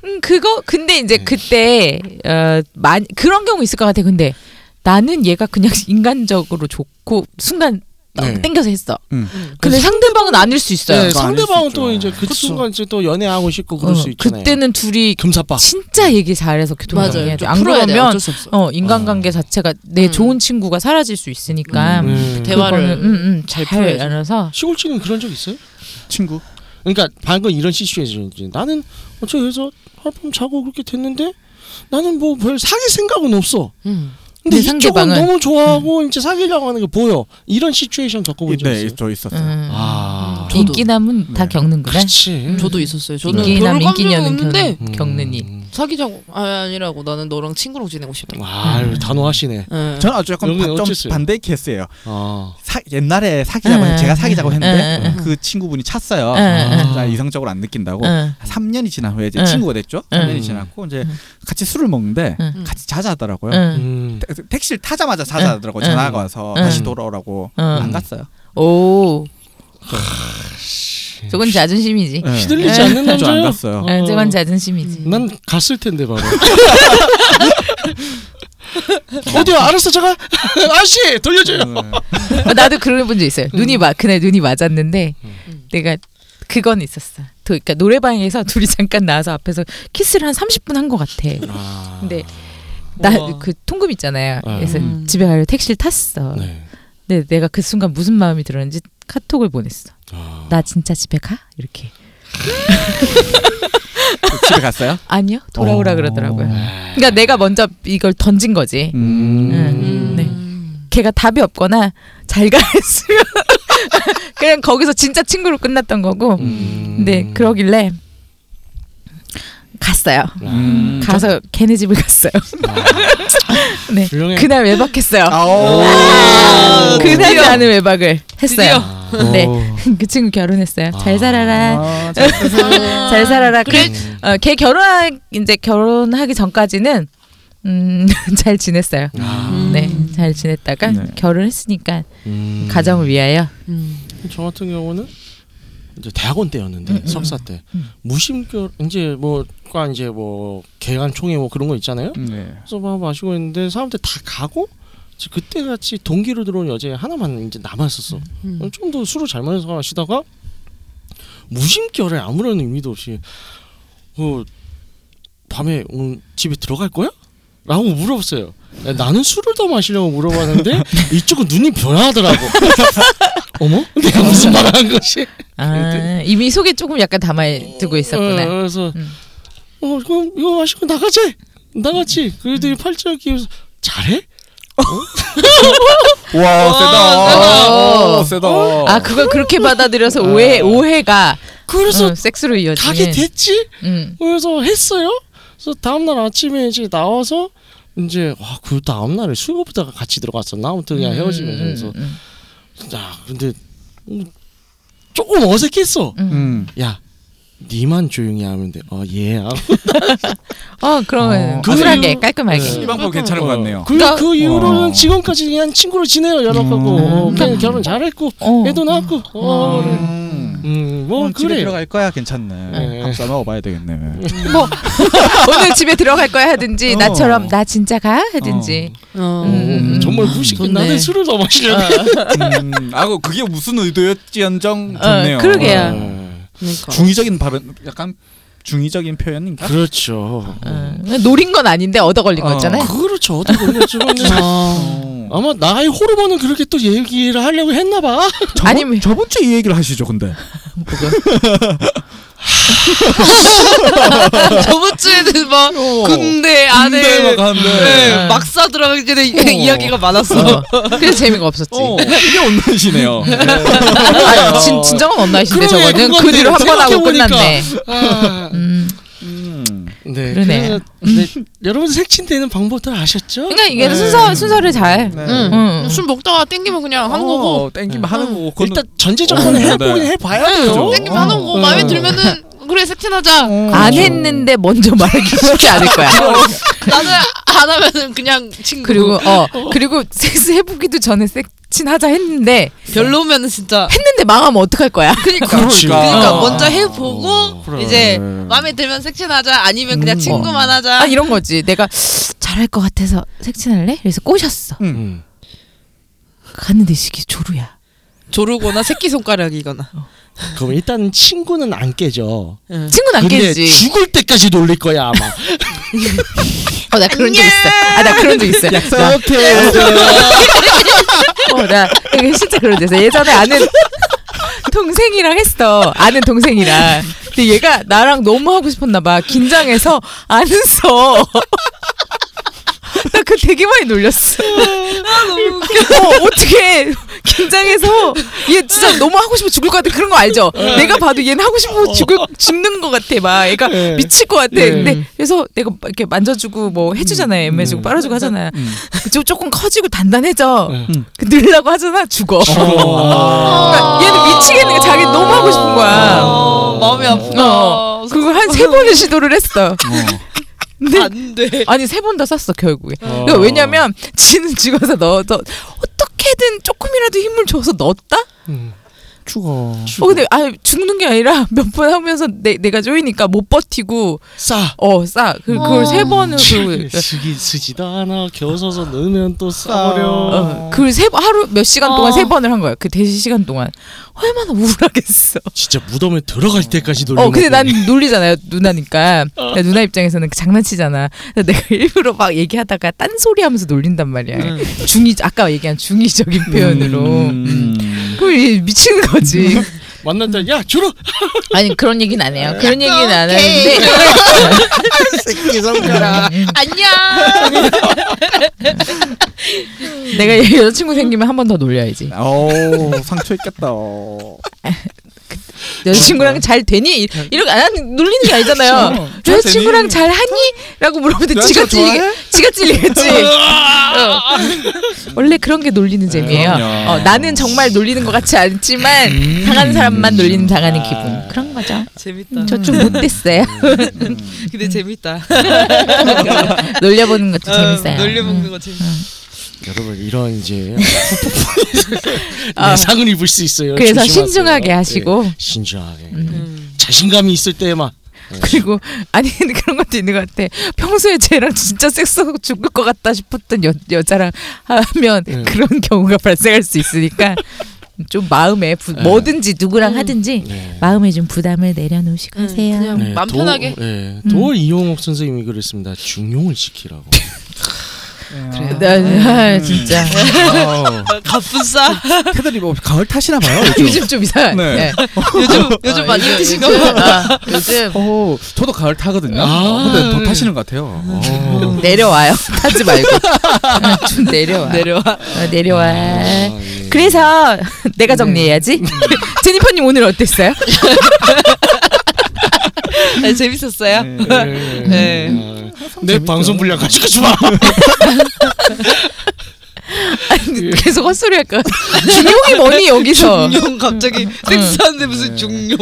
음, 그거 근데 네. 이제 그때 어, 많이 그런 경우 있을 것 같아. 근데 나는 얘가 그냥 인간적으로 좋고 순간 떡 네. 땡겨서 했어. 음. 근데 상대방은 아닐 수 있어요. 네, 그거 아닐 상대방은 수 또 있죠. 이제 그 그쵸. 순간 이제 또 연애하고 싶고 그럴 어, 수 있잖아요. 그때는 둘이 금사빠. 진짜 얘기 잘해서 맞아요. 교통정리해야 돼. 좀 안 풀어야 돼. 그러면 어쩔 수 없어. 어, 인간관계 자체가 내 음. 좋은 친구가 사라질 수 있으니까 음. 대화- 대화를 그거는, 음, 음, 잘 잘 풀어야지. 알아서 시골치는 네. 그런 적 있어요? 친구 그러니까 방금 이런 시츄에이션 나는 어째 여기서 하룻밤 자고 그렇게 됐는데 나는 뭐 별 사귈 생각은 없어. 음. 근데 내 이쪽은 상대방은- 너무 좋아하고 이제 사귀려고 하는 게 보여. 이런 시츄에이션 겪어본 적 네 있어요? 저 있었어요 음. 아 저도. 인기남은 다 네. 겪는구나. 음. 그렇지. 저도 있었어요. 저는 인기남 별로 감정이 인기녀는 없는데 겪는, 겪는 일. 음. 사귀자고 아, 아니라고 나는 너랑 친구로 지내고 싶다. 음. 아유 단호하시네. 예. 저는 아주 약간 여기 바- 어땠어요? 좀 반대 케이스예요. 아. 사, 옛날에 사귀자고 했- 응, 제가 사귀자고 응, 했는데 응, 그 친구분이 찼어요. 응, 자, 이성적으로 안 느낀다고. 응. 3년이 지난 후에 이제 응. 친구가 됐죠. 응. 3년이 지났고 이제 같이 술을 먹는데 응. 같이 자자하더라고요. 응. 음. 태- 택시를 타자마자 자자하더라고 응. 전화가 와서 응. 다시 돌아오라고 응. 안 갔어요. 오. 저건 자존심이지. 네. 휘둘리지 에. 않는 저안 남자요. 갔어요. 어, 저건 자존심이지. 난 갔을 텐데 바로. 어디야? 알았어, 제가 아씨 돌려줘요. 음. 어, 나도 그런 본 적 있어요. 눈이 막 그날 눈이 맞았는데 내가 그건 있었어. 도, 그러니까 노래방에서 둘이 잠깐 나와서 앞에서 키스를 한 30분 한 것 같아. 아. 근데 나 우와. 그 통금 있잖아요. 네. 그래서 음. 집에 가려 택시를 탔어. 네. 근데 내가 그 순간 무슨 마음이 들었는지 카톡을 보냈어. 아. 나 진짜 집에 가? 이렇게. 집에 갔어요? 아니요. 돌아오라 어. 그러더라고요. 그러니까 내가 먼저 이걸 던진 거지. 음. 음. 네. 걔가 답이 없거나 잘 가했으면 그냥 거기서 진짜 친구로 끝났던 거고. 음. 네, 그러길래 갔어요. 음. 가서 걔네 집을 갔어요. 네. 조용해. 그날 외박했어요. 아오. 그날 나는 외박을 했어요. 아, 드디어. 네. 그 친구 결혼했어요. 잘 살아라. 아, 잘 아, 잘 살아라. 그래. 어, 걔 결혼하 이제 결혼하기 전까지는 음, 잘 지냈어요. 음. 네, 잘 지냈다가 네. 결혼했으니까 음. 가정을 위하여. 음. 저 같은 경우는 이제 대학원 때였는데 음, 석사 때 무심결 이제 뭐과 이제 뭐 개간 총회 뭐 그런 거 있잖아요. 네. 그래서 막 마시고 있는데 사람들 다 가고 이제 그때 같이 동기로 들어온 여자 하나만 이제 남았었어. 음. 좀 더 술을 잘 마셔서 마시다가 무심결에 아무런 의미도 없이 어, 밤에 오늘 집에 들어갈 거야? 라고 물어봤어요. 야, 나는 술을 더 마시려고 네. 물어봤는데 이쪽은 눈이 변하더라고. 어머? 내가 무슨 말한 것이? 아, 이미 속에 조금 약간 담아두고 어, 있었구나. 그래서 음. 어 그럼 이거 마시고 나가지. 나갔지. 그래도 이 팔자 기면서 잘해? 와, 세다. 오, 세다. 아, 그걸 그렇게 받아들여서 오해 오해가 그래서 어, 섹스로 이어지는. 가게 됐지. 음. 그래서 했어요. 그래서 다음 날 아침에 이제 나와서 이제 와그 다음 날에 수요부다가 같이 들어갔었나 아무튼 그냥 헤어지면서 그래서 음, 음, 야 근데 음, 조금 어색했어. 음. 음. 야 니만 조용히 하면 돼. 어 예. 하고 어, 그러면 어, 쿨하게 아주- 깔끔하게. 네. 이 방법 괜찮은 것 같네요. 그, 그러니까- 그 이후로는 어. 지금까지 그냥 친구로 지내요 연락하고 어, 그냥 결혼 잘했고 어. 애도 낳았고 어, 그래. 음. 음, 뭐 오늘 집에 그래. 들어갈 거야 괜찮네. 네. 밥 싸먹어 봐야 되겠네. 뭐 오늘 집에 들어갈 거야 하든지 어. 나처럼 나 진짜 가 하든지. 어. 어, 정말 무식. 좋네. 나는 술을 더 마시려고. 음, 아고 그게 무슨 의도였지언정 어, 좋네요. 그러게요. 어. 어, 그러니까. 중의적인 발언, 약간 중의적인 표현인가? 그렇죠. 어, 노린 건 아닌데 얻어 걸린 어. 거잖아요. 그렇죠. 어떻게 보면 지금 어. 아마 나의 호르몬은 그렇게 또 얘기를 하려고 했나 봐. 저번, 아니면- 저번 주에 이 얘기를 하시죠, 근데. 저번 주에는 막 어. 군대 안에 군대 막 하는데. 아, 네, 막사 들어가기 전에 이- 어. 이야기가 많았어. 어. 그래서 재미가 없었지. 어, 이게 온난이시네요. 아, 진, 진정한 원나잇인데 그러네, 저거는 그건데. 그 뒤로 한 번 하고 생각해보니까. 끝났네. 아, 음. 음. 네. 그러네요. 그래서, 네. 여러분 색친되는 방법들 아셨죠? 그러니까 이게 네. 순서 순서를 잘. 네. 음. 음. 술 먹다가 땡기면 그냥 하는 거고. 어, 땡기면 하는 거고. 그건- 일단 전제 조건을 어, 해보긴 네. 해봐야 어. 돼요. 그죠. 땡기면 하는 거고. 마음에 들면은 그래 섹팅하자. 어. 안 했는데 먼저 말하기 쉽지 않을 거야. 어, 나는 안 하면은 그냥 친구. 그리고 어 그리고 섹스 해보기도 전에 섹친 하자 했는데 별로면은 진짜. 했는데 망하면 어떡할 거야? 그러니까. 그러니까. 그러니까 어. 먼저 해보고 그래. 이제 마음에 들면 섹팅하자. 아니면 그냥 음. 친구만 하자. 아 이런 거지. 내가 잘할 것 같아서 색친할래? 그래서 꼬셨어. 음. 갔는데 이게 조루야. 조르거나 새끼 손가락이거나. 그럼 일단 친구는 안 깨져. 친구는 안 근데 깨지. 죽을 때까지 놀릴 거야 아마. 어 나 그런 적 있어. 아 나 그런 적 있어. 나, 약속해요. 어, 나 이게 진짜 그런 적 있어. 예전에 아는 동생이랑 했어. 아는 동생이랑. 근데 얘가 나랑 너무 하고 싶었나 봐. 긴장해서 안 써. 나 그 되게 많이 놀렸어. 아 너무 웃겨. 어, 어떻게 긴장해서 얘 진짜 너무 하고 싶어 죽을 것 같아. 그런 거 알죠? 내가 봐도 얘는 하고 싶어 네. 죽을 죽는 것 같아. 막 애가 예. 미칠 것 같아. 예. 근데 그래서 내가 막 이렇게 만져주고 뭐 해주잖아요. 엠매주고 빨아주고 하잖아요. 음. 좀 조금 커지고 단단해져. 예. 음. 그 늘라고 하잖아. 죽어. 그러니까 얘는 미치겠는 거 자기 너무 하고 싶은 거야. 아, 마음이 아프다. 어. 그걸 한 세 번의 시도를 했어. 어. 근데 안 돼. 아니 세 번 다 쐈어 결국에. 어. 그러니까 왜냐면 지는 죽어서 넣어서 어떻게든 조금이라도 힘을 줘서 넣었다. 음. 죽어. 어 근데 아 죽는 게 아니라 몇 번 하면서 내, 내가 조이니까 못 버티고 싸. 어싸 그, 그걸 어. 세 번을 그, 쓰기 쓰지도 않아. 겨서서 넣으면 또 싸버려. 어, 그걸 세 번- 하루 몇 시간 동안 어. 세 번을 한 거야 그 대시 시간 동안 얼마나 우울하겠어. 진짜 무덤에 들어갈 때까지 놀려. 어 근데 난 놀리잖아요 누나니까 야, 누나 입장에서는 그 장난치잖아 그래서 내가 일부러 막 얘기하다가 딴소리 하면서 놀린단 말이야 중의 아까 얘기한 중의적인 음. 표현으로 음. 그럼 얘 미치는 거지 만난 자야 줄어. 아니 그런 얘기는 안 네. 해요 그런 얘기는 안 하는데 새끼 성별아. 안녕. 내가 얘 여자친구 생기면 한 번 더 놀려야지 오 어, 상처 있겠다. 어. 여자친구랑 잘 되니 이- 이렇게 안 하는 놀리는 게 아니잖아요 여자친구랑 잘 하니라고 물어보는데 지가 여자친구 찔리게 좋아해? 지가 찔리겠지 어. 원래 그런 게 놀리는 재미예요. 그럼요. 음. 어, 나는 정말 놀리는 것 같지 않지만 당하는 사람만 놀리는 당하는 기분 그런 거죠. 재밌다. 저쪽 못됐어요. 근데 재밌다. 놀려보는 것도 어, 재밌어요. 놀려 먹는 거 재밌. 여러분 이런 이제 아. 상을 입을 수 있어요. 그래서 조심하세요. 신중하게 하시고 음. 네, 신중하게 네. 자신감이 있을 때만. 그리고 아니 그런 것도 있는 것 같아. 평소에 쟤랑 진짜 섹스하고 죽을 것 같다 싶었던 여, 여자랑 하면 음. 그런 경우가 발생할 수 있으니까 좀 마음에 부, 네. 뭐든지 누구랑 하든지 네. 마음에 좀 부담을 내려놓으시고 음, 하세요. 그냥 네, 마음 도- 편하게. 네, 도 이용옥 선생님이 그랬습니다. 중용을 지키라고. 나, 음. 음. 아, 진짜 그렇죠. 어, 가쁜 싸. 패들이 뭐 가을 탓이나 봐요. 요즘. 요즘 좀 이상해. 네. 네. 요즘 요즘 어, 많이 요즘 힘드신가 좀- 봐. 아, 요즘 어, 저도 가을 타거든요. 아. 근데 더 타시는 것 같아요. 어. 음, 내려와요. 타지 말고 아, 좀 내려와. 내려와. 어, 내려와. 예. 그래서 내가 정리해야지. 제니퍼님 오늘 어땠어요? 네, 재밌었어요. 네. 네. 아, 내 방송 분량 가져가지 마. 아니, 계속 헛소리 할까? 중용이 뭐니 여기서? 중용 갑자기 섹스하는데 무슨 중용.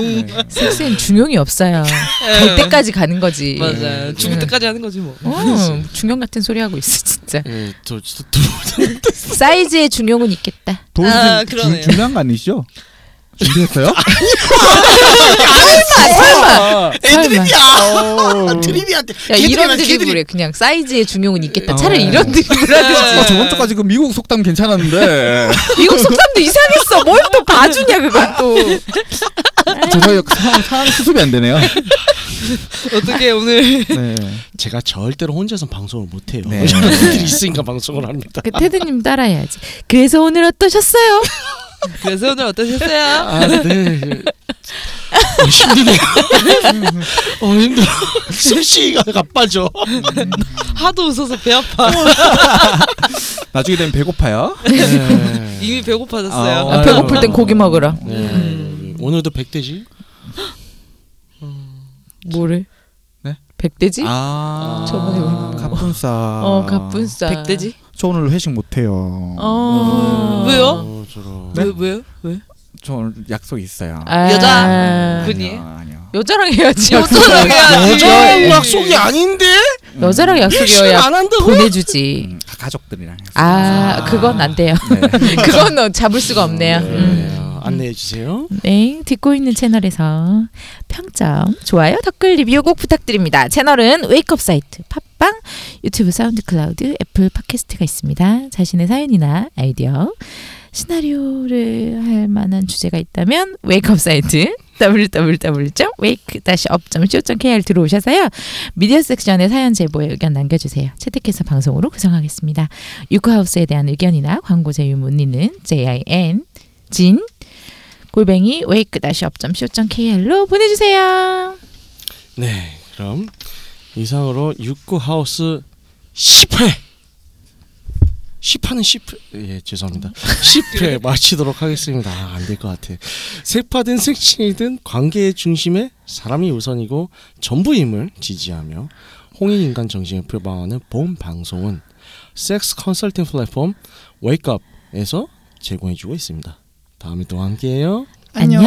섹스엔 중용이 없어요. 네, 될 때까지 가는 거지. 맞아. 죽을 음. 때까지 하는 거지 뭐. 어, 중용 같은 소리 하고 있어 진짜. 예, 저, 저, 저, 사이즈의 중용은 있겠다. 도훈 아, 선생님 그러네요. 중- 중요한 거 아니시죠? 준비했어요? 아, 설마 네. 설마. 설마. 애드립이야. 드립이한테. 야 이런 드립을 해. 그냥 사이즈의 중용은 있겠다. 차라리 어. 이런 드립을 하든지. 아, 저번 주까지 그 미국 속담 괜찮았는데 미국 속담도 이상했어. 뭘 또 봐주냐 그것도. 저희 상황, 상황 수습이 안 되네요. 어떻게 오늘 네. 제가 절대로 혼자서 방송을 못 해요. 네. 애들이 있으니까 방송을 합니다. 그 테드님 따라해야지. 그래서 오늘 어떠셨어요? 그래서 오늘 어떠셨어요? 아, 네. 어, 힘드네요. 어, 힘들어. 숨쉬기가 가빠져. 하도 웃어서 배 아파. 나중에 되면 배고파요. 네. 이미 배고파졌어요. 아, 배고플 땐 고기 먹으라. 네. 오늘도 백돼지? 뭐래? 네? 백돼지? 아, 저번에 우리 갑분싸. 어, 갑분싸. 백돼지? 저 오늘 회식 못 해요. 어. 왜요? 어, 저런. 네? 왜 왜요? 왜? 저 오늘 약속 있어요. 아. 여자. 그- 아니요, 아니요. 여자랑 해야지. 어쩌라고 해야지. 여자랑 네, 약속이 아닌데? 여자랑 일시를 약속이어야 안 한다고? 보내주지. 음, 가- 가족들이랑. 했어요. 아, 그건 안 돼요. 네. 그건 어, 잡을 수가 없네요. 네, 음. 어, 안내해 주세요. 네, 듣고 있는 채널에서 평점, 좋아요, 댓글 리뷰 꼭 부탁드립니다. 채널은 웨이크업 사이트, 팟빵, 유튜브 사운드 클라우드, 애플 팟캐스트가 있습니다. 자신의 사연이나 아이디어, 시나리오를 할 만한 주제가 있다면 웨이크업 사이트 www.wake-up.co.kr 들어오셔서요. 미디어 섹션에 사연 제보의 의견 남겨주세요. 채택해서 방송으로 구성하겠습니다. 유쿠하우스에 대한 의견이나 광고 제휴 문의는 JIN 진 골뱅이 wake-up.co.kr로 보내주세요. 네, 그럼 이상으로 육구 하우스 10회 10화는 10회 예 죄송합니다 10회 마치도록 하겠습니다 아, 안될 것 같아 세파든 색칠이든 관계의 중심에 사람이 우선이고 전부임을 지지하며 홍익인간 정신을 표방하는 본 방송은 섹스 컨설팅 플랫폼 웨이크업에서 제공해주고 있습니다 다음에 또 함께해요 안녕.